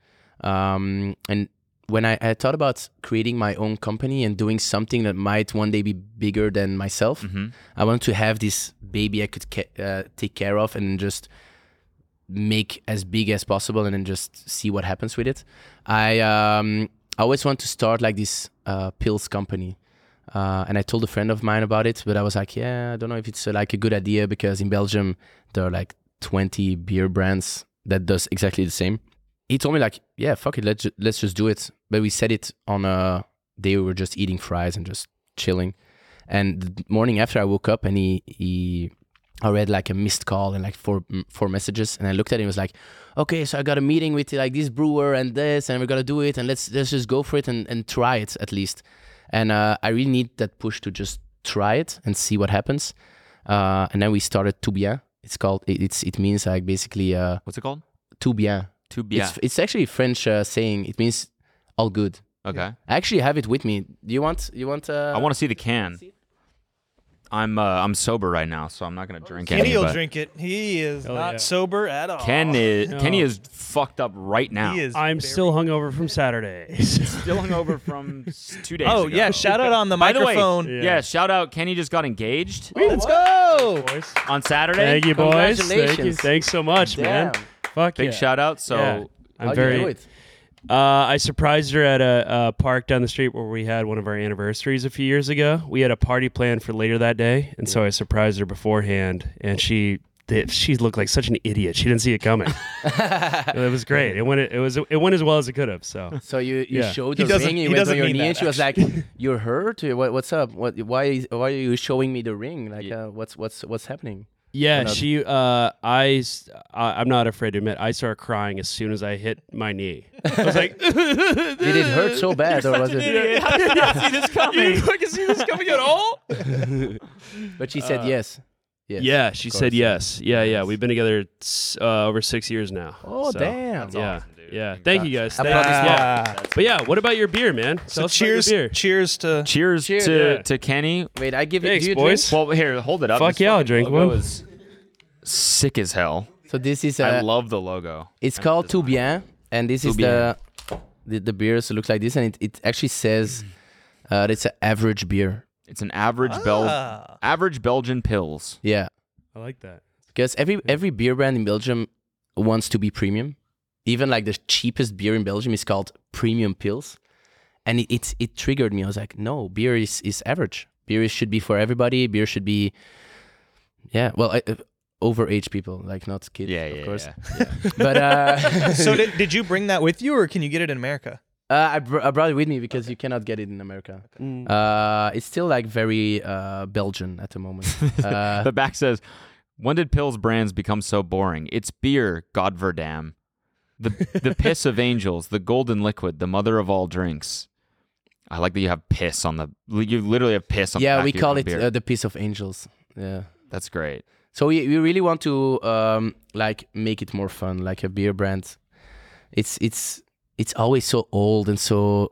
um and when I, I thought about creating my own company and doing something that might one day be bigger than myself Mm-hmm. i wanted to have this baby i could ca- uh, take care of and just make as big as possible and then just see what happens with it i um I always want to start like this uh, pills company uh, and I told a friend of mine about it, but I was like, yeah, I don't know if it's uh, like a good idea because in Belgium there are like 20 beer brands that does exactly the same. He told me like, yeah, fuck it, let's ju- let's just do it. But we said it on a day we were just eating fries and just chilling. And the morning after I woke up and he he I read like a missed call and like four m- four messages, and I looked at it. and was like, okay, so I got a meeting with like this brewer and this, and we're gonna do it, and let's let's just go for it and, and try it at least. And uh, I really need that push to just try it and see what happens. Uh, and then we started Tout Bien. It's called. It, it's it means like basically uh, What's it called? Tout Bien. To be. It's it's actually a French uh, saying. It means all good. Okay. I actually have it with me. Do you want you want? Uh, I want to see the can. I'm uh, I'm sober right now, so I'm not Oh, gonna drink any. Kenny will but drink it. He is Hell not yeah. sober at all. Ken is No. Kenny is fucked up right now. He is. I'm very- still hungover from Saturday. still hungover from s- two days. Oh ago. yeah! Shout out on the By the way, microphone. yeah. Yeah. shout out. Kenny just got engaged Let's go. boys. on Saturday. Thank you, boys. Thank you. Congratulations. Thanks so much, man. Damn. Fuck Big yeah. shout out. So Yeah. I'm How'd very. you do it? Uh, I surprised her at a, a park down the street where we had one of our anniversaries a few years ago. We had a party planned for later that day, and so I surprised her beforehand, and she th- she looked like such an idiot. She didn't see it coming. it was great. It went it was it went as well as it could have. So So you, you Yeah. showed He the doesn't- ring. he You went doesn't on your mean knee, and that, she was like, "You're hurt. What, what's up? What? Why? Is, why are you showing me the ring? Like, uh, what's what's what's happening?" yeah, Another- she uh, I, s- I am not afraid to admit I started crying as soon as I hit my knee. I was like, Did it hurt so bad, or was it? how did you see this coming? But she said yes. yes. yeah, she of said course. yes. Yeah, yeah. We've been together s- uh, over six years now. Oh So, damn! Yeah, yeah. Thank you guys. Applaudissements. Ah. But yeah, what about your beer, man? So Tell us about your cheers, beer. cheers to Cheers Cheers. to Yeah. to Kenny. Wait, I give Thanks, it. Do you boys. Well, here, hold it up. Fuck This yeah, I'll fucking drink logo one. Is sick as hell. drink? So this is. I Uh, love the logo. it's called Tout Bien, and this Tout is the, the the beer. So it looks like this, and it, it actually says, uh, it's an average beer. It's an average Bel Ah. average Belgian pills. Yeah. I like that. Because every every beer brand in Belgium wants to be premium. Even like the cheapest beer in Belgium is called Premium Pills, and it it, it triggered me. I was like, no, beer is is average. Beer is, should be for everybody. Beer should be, yeah, well, I, uh, overage people, like not kids, Yeah, of yeah, course. yeah. But uh, so did, did you bring that with you, or can you get it in America? uh, I, br- I brought it with me because you cannot get it in America. Uh, it's still like very uh, Belgian at the moment. Uh, the back says, "When did pills brands become so boring? It's beer, God verdam, the the piss of angels, the golden liquid, the mother of all drinks." I like that you have piss on the. You literally have piss on. the yeah, back we of your call it beer. uh, the piece of angels. Yeah. That's great. So we, we really want to um, like make it more fun, like a beer brand. It's it's it's always so old and so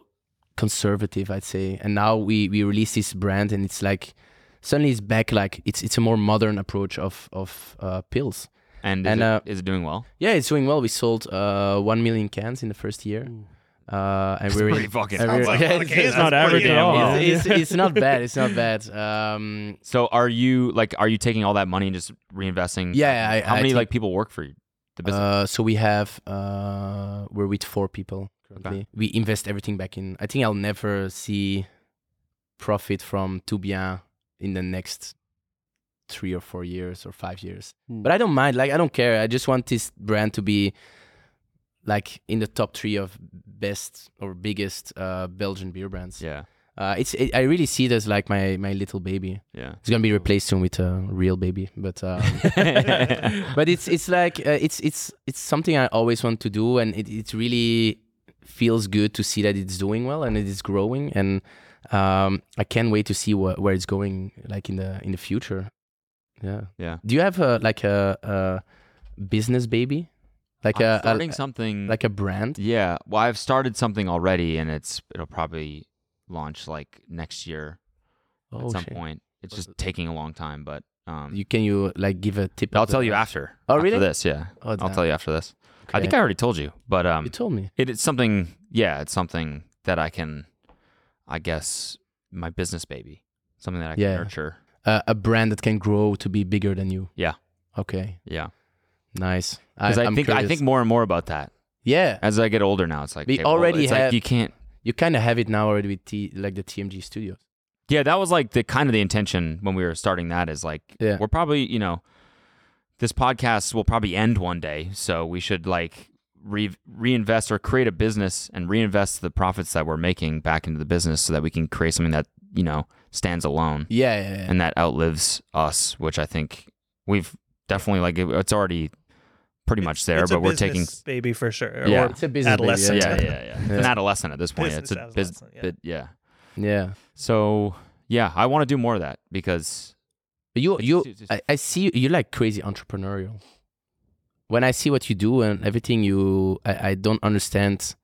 conservative, I'd say. And now we we release this brand, and it's like suddenly it's back. Like it's it's a more modern approach of of uh, pills. And is, And, it, uh, is it doing well? Yeah, it's doing well. We sold uh, one million cans in the first year, uh, and we're in- Pretty fucking. and we're- yeah, it's- It's not average at all. it's- it's- it's not bad. It's not bad. Um, So are you like are you taking all that money and just reinvesting? Yeah, I- How I many think- like people work for you? The business. Uh, so we have uh, we're with four people currently. We invest everything back in. I think I'll never see profit from Tubia in the next three or four years or five years. But I don't mind. Like I don't care. I just want this brand to be like in the top three of best or biggest uh, Belgian beer brands. yeah, Uh, it's it, I really see it as like my my little baby. yeah. It's gonna be replaced soon with a real baby, but. Um, but it's it's like uh, it's it's it's something I always want to do, and it it really feels good to see that it's doing well and it is growing, and um, I can't wait to see wh- where it's going, like in the in the future. Yeah. Yeah. Do you have a like a, a business baby, like I'm a, a- starting something uh, like a brand? Yeah. Well, I've started something already, and it's it'll probably launch like next year at some Oh, shit. point. It's just taking a long time, but um, You can you like give a tip? of I'll the- tell you after. Oh, after really? this, yeah. Oh, I'll damn. tell you after this. I think I Okay. already told you, but um, You told me. it is something. Yeah, it's something that I can, I guess, my business baby, something that I can Yeah. nurture. Uh, a brand that can grow to be bigger than you. Yeah. Okay. Yeah, Nice. because I, I'm think I curious. think more and more about that Yeah. as I get older. Now it's like We okay, well, already it's like have- you can't. you kind of have it now already with T, like the TMG studios. Yeah, that was like the kind of the intention when we were starting that is like Yeah. we're probably, you know, this podcast will probably end one day, so we should like re- reinvest or create a business and reinvest the profits that we're making back into the business so that we can create something that, you know, stands alone Yeah, yeah, yeah. and that outlives us, which I think we've definitely like it, it's already pretty much there, It's a but we're taking business baby for sure. Yeah. Or It's a business baby, adolescent. yeah, yeah, yeah. It's an adolescent at this point. Business it's a biz, adolescent, yeah. bit- yeah. yeah. So yeah, I want to do more of that because But you, It's- you, it's- it's- I, I see you, you're like crazy entrepreneurial. When I see what you do and everything you, I, I don't understand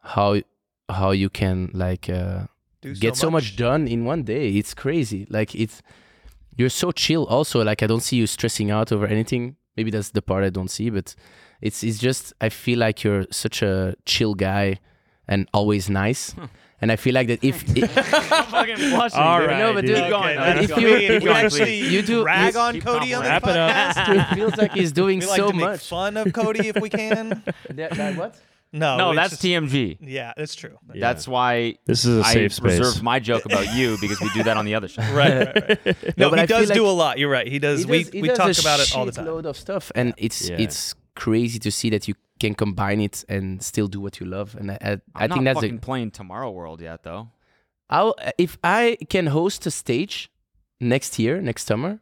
how how you can like uh, Do get so much. done in one day. It's crazy. Like it's you're so chill. Also, like I don't see you stressing out over anything. Maybe that's the part I don't see, but it's it's just I feel like you're such a chill guy and always nice. Hmm. And I feel like that if All right, no, but dude. dude, Okay, but that's if good. you- we, if we you- actually you do- rag you- on Cody on the Wrap it up. podcast. it feels like he's doing We like so to make much. fun of Cody if we can. what? Oh, No, no, it's that's just- TMG. Yeah, that's true. That's why This is a I safe space. reserved my joke about you because we do that on the other show. Right, right, right. No, but he I feel does do like- a lot. You're right. He does. He we does- he we does talk a about it all the time. shitload of stuff, and it's Yeah. it's crazy to see that you can combine it and still do what you love. And I, I, I I'm think not that's fucking a, playing Tomorrow World yet though. I'll, if I can host a stage next year, next summer,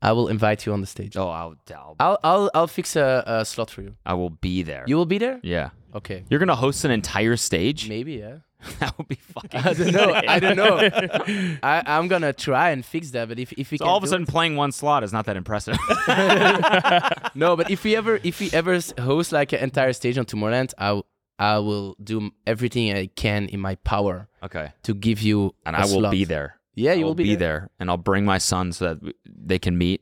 I will invite you on the stage. Oh, I'll, I'll I'll I'll I'll fix a, a slot for you. I will be there. You will be there? yeah, Okay. you're gonna host an entire stage. Maybe yeah. that would be fucking. I don't know. I don't know. I, I'm gonna try and fix that, but if if we So can all of a do sudden, playing one slot is not that impressive. No, but if we ever if we ever s- host like an entire stage on Tomorrowland, I w- I will do m- everything I can in my power okay, to give you and I I will be there. Yeah, I you will will be, there. and I'll bring my son so that w- they can meet.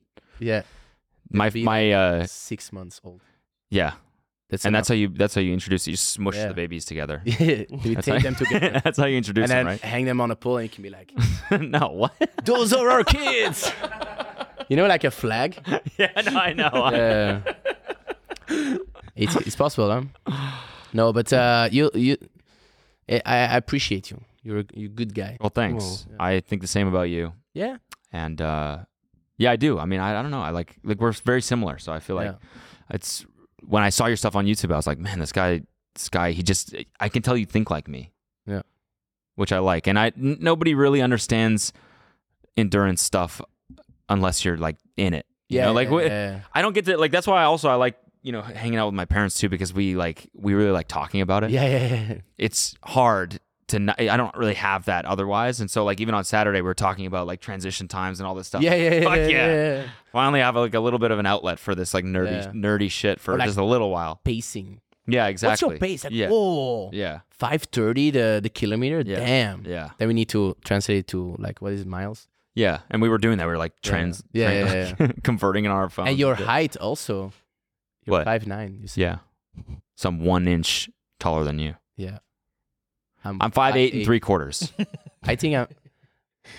My be my uh Yeah, six months old. yeah, That's and that's how you that's how you introduce it. you smush Yeah. the babies together. that's how you That's take how, them together that's how you introduce and then them, hang them on a pole, and you can be like, right? no, what? "Those are our kids." you know, like a flag. yeah, no, I know. Yeah. it's it's possible, huh? No, but uh, you you, I, I appreciate you. You're a, you're a good guy. Well, thanks. I think the same about you. Yeah. and uh yeah i do i mean i, I don't know i like like we're very similar so i feel like Yeah. it's when i saw your stuff on youtube i was like man this guy this guy he just i can tell you think like me Yeah. which i like and i n- nobody really understands endurance stuff unless you're like in it you know? like wh- yeah. i don't get to like that's why I also i like you know hanging out with my parents too because we like we really like talking about it Yeah, yeah, yeah. it's hard to not, I don't really have that otherwise. And so like even on Saturday we are talking about like transition times and all this stuff. Yeah, yeah, yeah. Fuck yeah, yeah. yeah, yeah. Finally have like a little bit of an outlet for this like nerdy Yeah. nerdy shit for Or, like- just a little while. Pacing. Yeah, exactly. What's your pace? Like, yeah. whoa. Yeah. 530 the, the kilometer? Yeah. Damn. Yeah. Then we need to translate it to, like, what is it, miles? Yeah. And we were doing that. We were like trans Yeah, yeah, trans- yeah, converting in our phone. and your height also. You're What? 5'9. You said. Yeah. So I'm one inch taller than you. Yeah. I'm five eight and three quarters. I think I'm.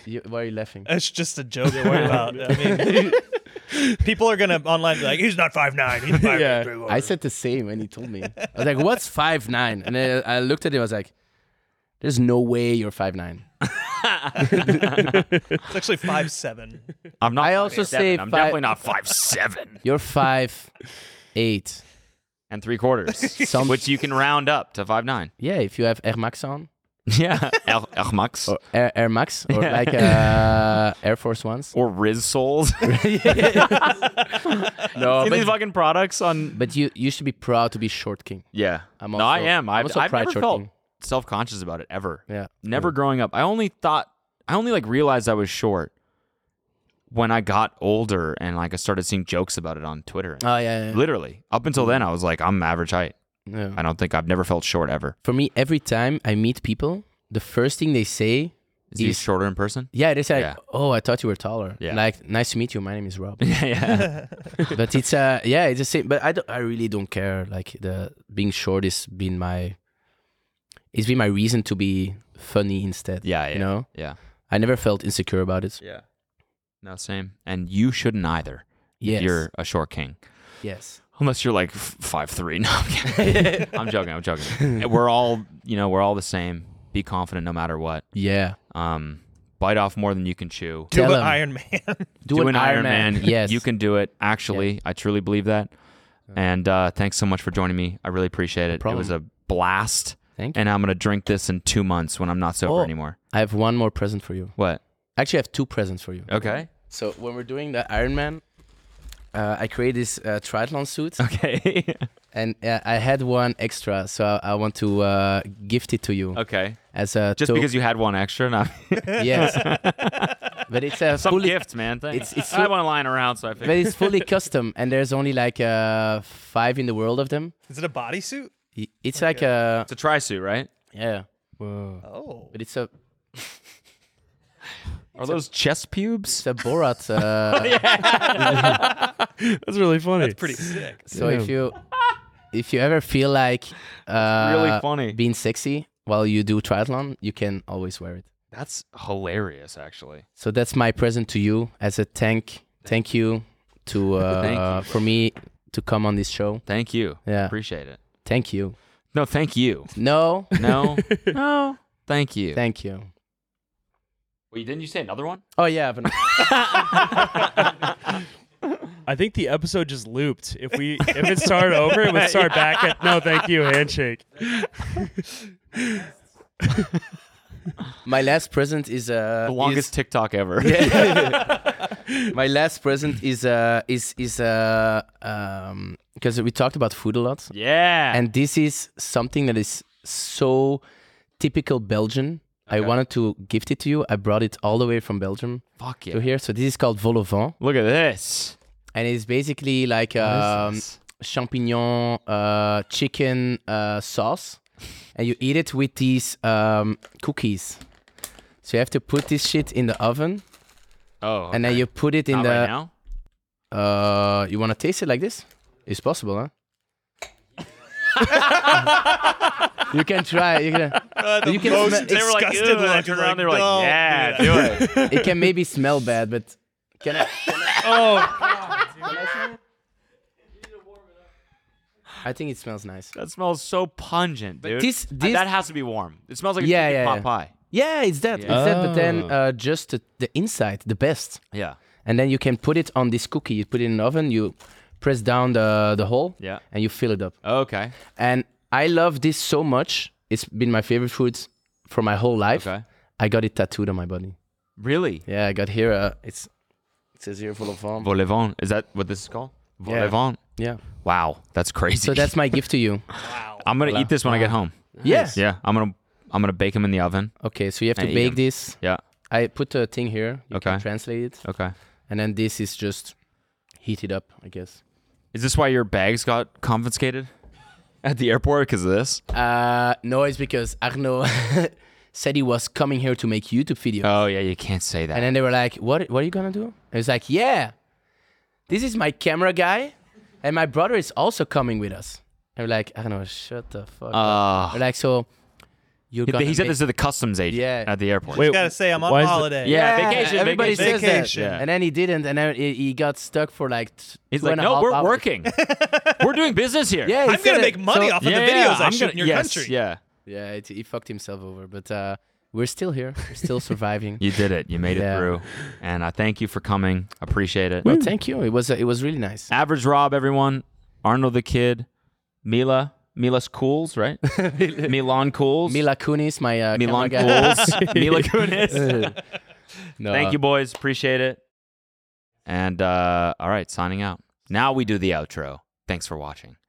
You, why are you laughing? It's just a joke about. I mean, people are gonna online be like, he's not five nine. He's five Yeah. three, whatever." I said the same when he told me. I was like, what's 5'9? And then I looked at him, I was like, there's no way you're 5'9. it's actually five seven. I'm not I five also eight, seven. say I'm fi- definitely not five seven You're 5'8. and three quarters. Some- which you can round up to five nine. Yeah, if you have Air Max on. Yeah. El, El Max. Air, Air Max or like uh, Air Force Ones. or Riz Souls. No, See these fucking products on. But you you should be proud to be short king. Yeah, I'm no, I also- am. I'm I've, also I've pride never short felt king. self conscious about it ever. Yeah. Never growing up, I only thought, I only like realized I was short when I got older and like I started seeing jokes about it on Twitter. Oh yeah. yeah, Literally, up until then, I was like, I'm average height. yeah. I don't think I've never felt short ever. For me, every time I meet people, the first thing they say, Is he He's- shorter in person? yeah, they say, like, Yeah. "Oh, I thought you were taller." Yeah. Like, nice to meet you. My name is Rob. Yeah, yeah. but it's uh, yeah, it's the same. But I don't, I really don't care. Like the being short has been my, it's been my reason to be funny instead. Yeah, yeah. You know, yeah. I never felt insecure about it. Yeah. No, same. And you shouldn't either. Yes. If you're a short king. Yes. Unless you're like f- five three. No, I'm kidding. I'm joking. I'm joking. We're all, you know, we're all the same. Be confident no matter what. Yeah. Um, bite off more than you can chew. Do Tell an him. Iron Man. Do, an, Iron Man. Yes. you can do it. Actually, I truly believe that. And uh, thanks so much for joining me. I really appreciate it. It problem. was a blast. Thank you. And I'm gonna drink this in two months when I'm not sober Oh. anymore. I have one more present for you. What? Actually, I have two presents for you. Okay. So when we're doing the Iron Man, uh, I created this uh, triathlon suit, Okay. and uh, I had one extra, so I, I want to uh, gift it to you okay. as a Just to- because you had one extra, not yes. but it's a some fully, gift, man. Thanks. It's- it's I so- want to lying around, so I but figured. it's fully custom, and there's only like uh, five in the world of them. Is it a bodysuit? Y- It's like a It's a tri suit, right? yeah, Whoa. Oh. but it's a Are those chest it's pubes? a Borat. Uh, That's really funny. Pretty sick. So if Damn. you if you ever feel like uh, funny. being sexy while you do triathlon, you can always wear it. That's hilarious, actually. So that's my present to you as a thank thank you to uh, Thank you. for me to come on this show. Thank you. Yeah. Appreciate it. Thank you. No, thank you. No, No. no. Thank you. thank you. Wait, didn't you say another one? Oh yeah, but I think the episode just looped. If we if it started over, it would start back at no, thank you, handshake. my last present is uh The longest TikTok ever. is- my last present is uh is is uh um because we talked about food a lot Yeah. and this is something that is so typical Belgian. I wanted to gift it to you. I brought it all the way from Belgium fuck to yeah. here. So this is called vol au vent, Look at this. and it's basically like What is um, this? champignon uh, chicken uh, sauce, and you eat it with these um, cookies. So you have to put this shit in the oven, Oh. and then okay. you put it in Not the. right now. Uh, you want to taste it like this? It's possible, huh? you can try. You can. you can most smell- They were like, disgusted "Ew," and I look. turned You're around, like, they were like, "Don't do yeah, that." do it. it can maybe smell bad, but can I? Oh, I think it smells nice. That smells so pungent, dude. this- Uh, this- that has to be warm. It smells like a Yeah, chicken yeah, pot yeah. pie. Yeah, it's that. Yeah. It's that. But then Oh. uh, just the, the inside, the best, Yeah. and then you can put it on this cookie. You put it in an oven. You press down the the hole. Yeah. And you fill it up. Okay. And I love this so much. It's been my favorite food for my whole life. Okay. I got it tattooed on my body. Really? Yeah, I got here. Uh, it's it says here full of farm. Volevant. Is that what this is called? Yeah. Volevant. Yeah. Wow, that's crazy. So that's my gift to you. I'm gonna eat this when I get home. Yes. Yeah. I'm gonna I'm gonna bake them in the oven. Okay, so you have to And eat bake 'em. this. Yeah. I put a thing here. You Okay. Can translate it, Okay. and then this is just heated up, I guess. Is this why your bags got confiscated at the airport? Because of this? Uh, no, it's because Arno said he was coming here to make YouTube videos, Oh yeah, you can't say that. and then they were like, "What? What are you gonna do?" I was like, "Yeah, this is my camera guy, and my brother is also coming with us." And we're like, "Arno, shut the fuck up." uh, We're like, "So you're gonna he said make- this to the customs agent Yeah. at the airport. Wait, gotta say, I'm on Why is the- holiday. yeah, Yeah, vacation. everybody vacation. says that. Vacation. Yeah. And then he didn't, and then he he got stuck for like. t- He's two like, and a no, half we're hours." working. we're doing business here. Yeah, he I'm said gonna it. make money So- off of yeah, the videos I I'm shoot gonna- in your yes, country. Yeah, Yeah, it, he fucked himself over, but uh, we're still here. We're still surviving. you did it. You made it Yeah. through, and I thank you for coming. Appreciate it. Well, thank you. It was uh, it was really nice. Average Rob, everyone. Arnold the Kid, Mila, Mila's Cools, right? Milan Cools, Mila Kunis, my uh, Milan camera guy. Cools, Mila Kunis. No, Thank you, boys. Appreciate it. And uh, all right, signing out. Now we do the outro. Thanks for watching.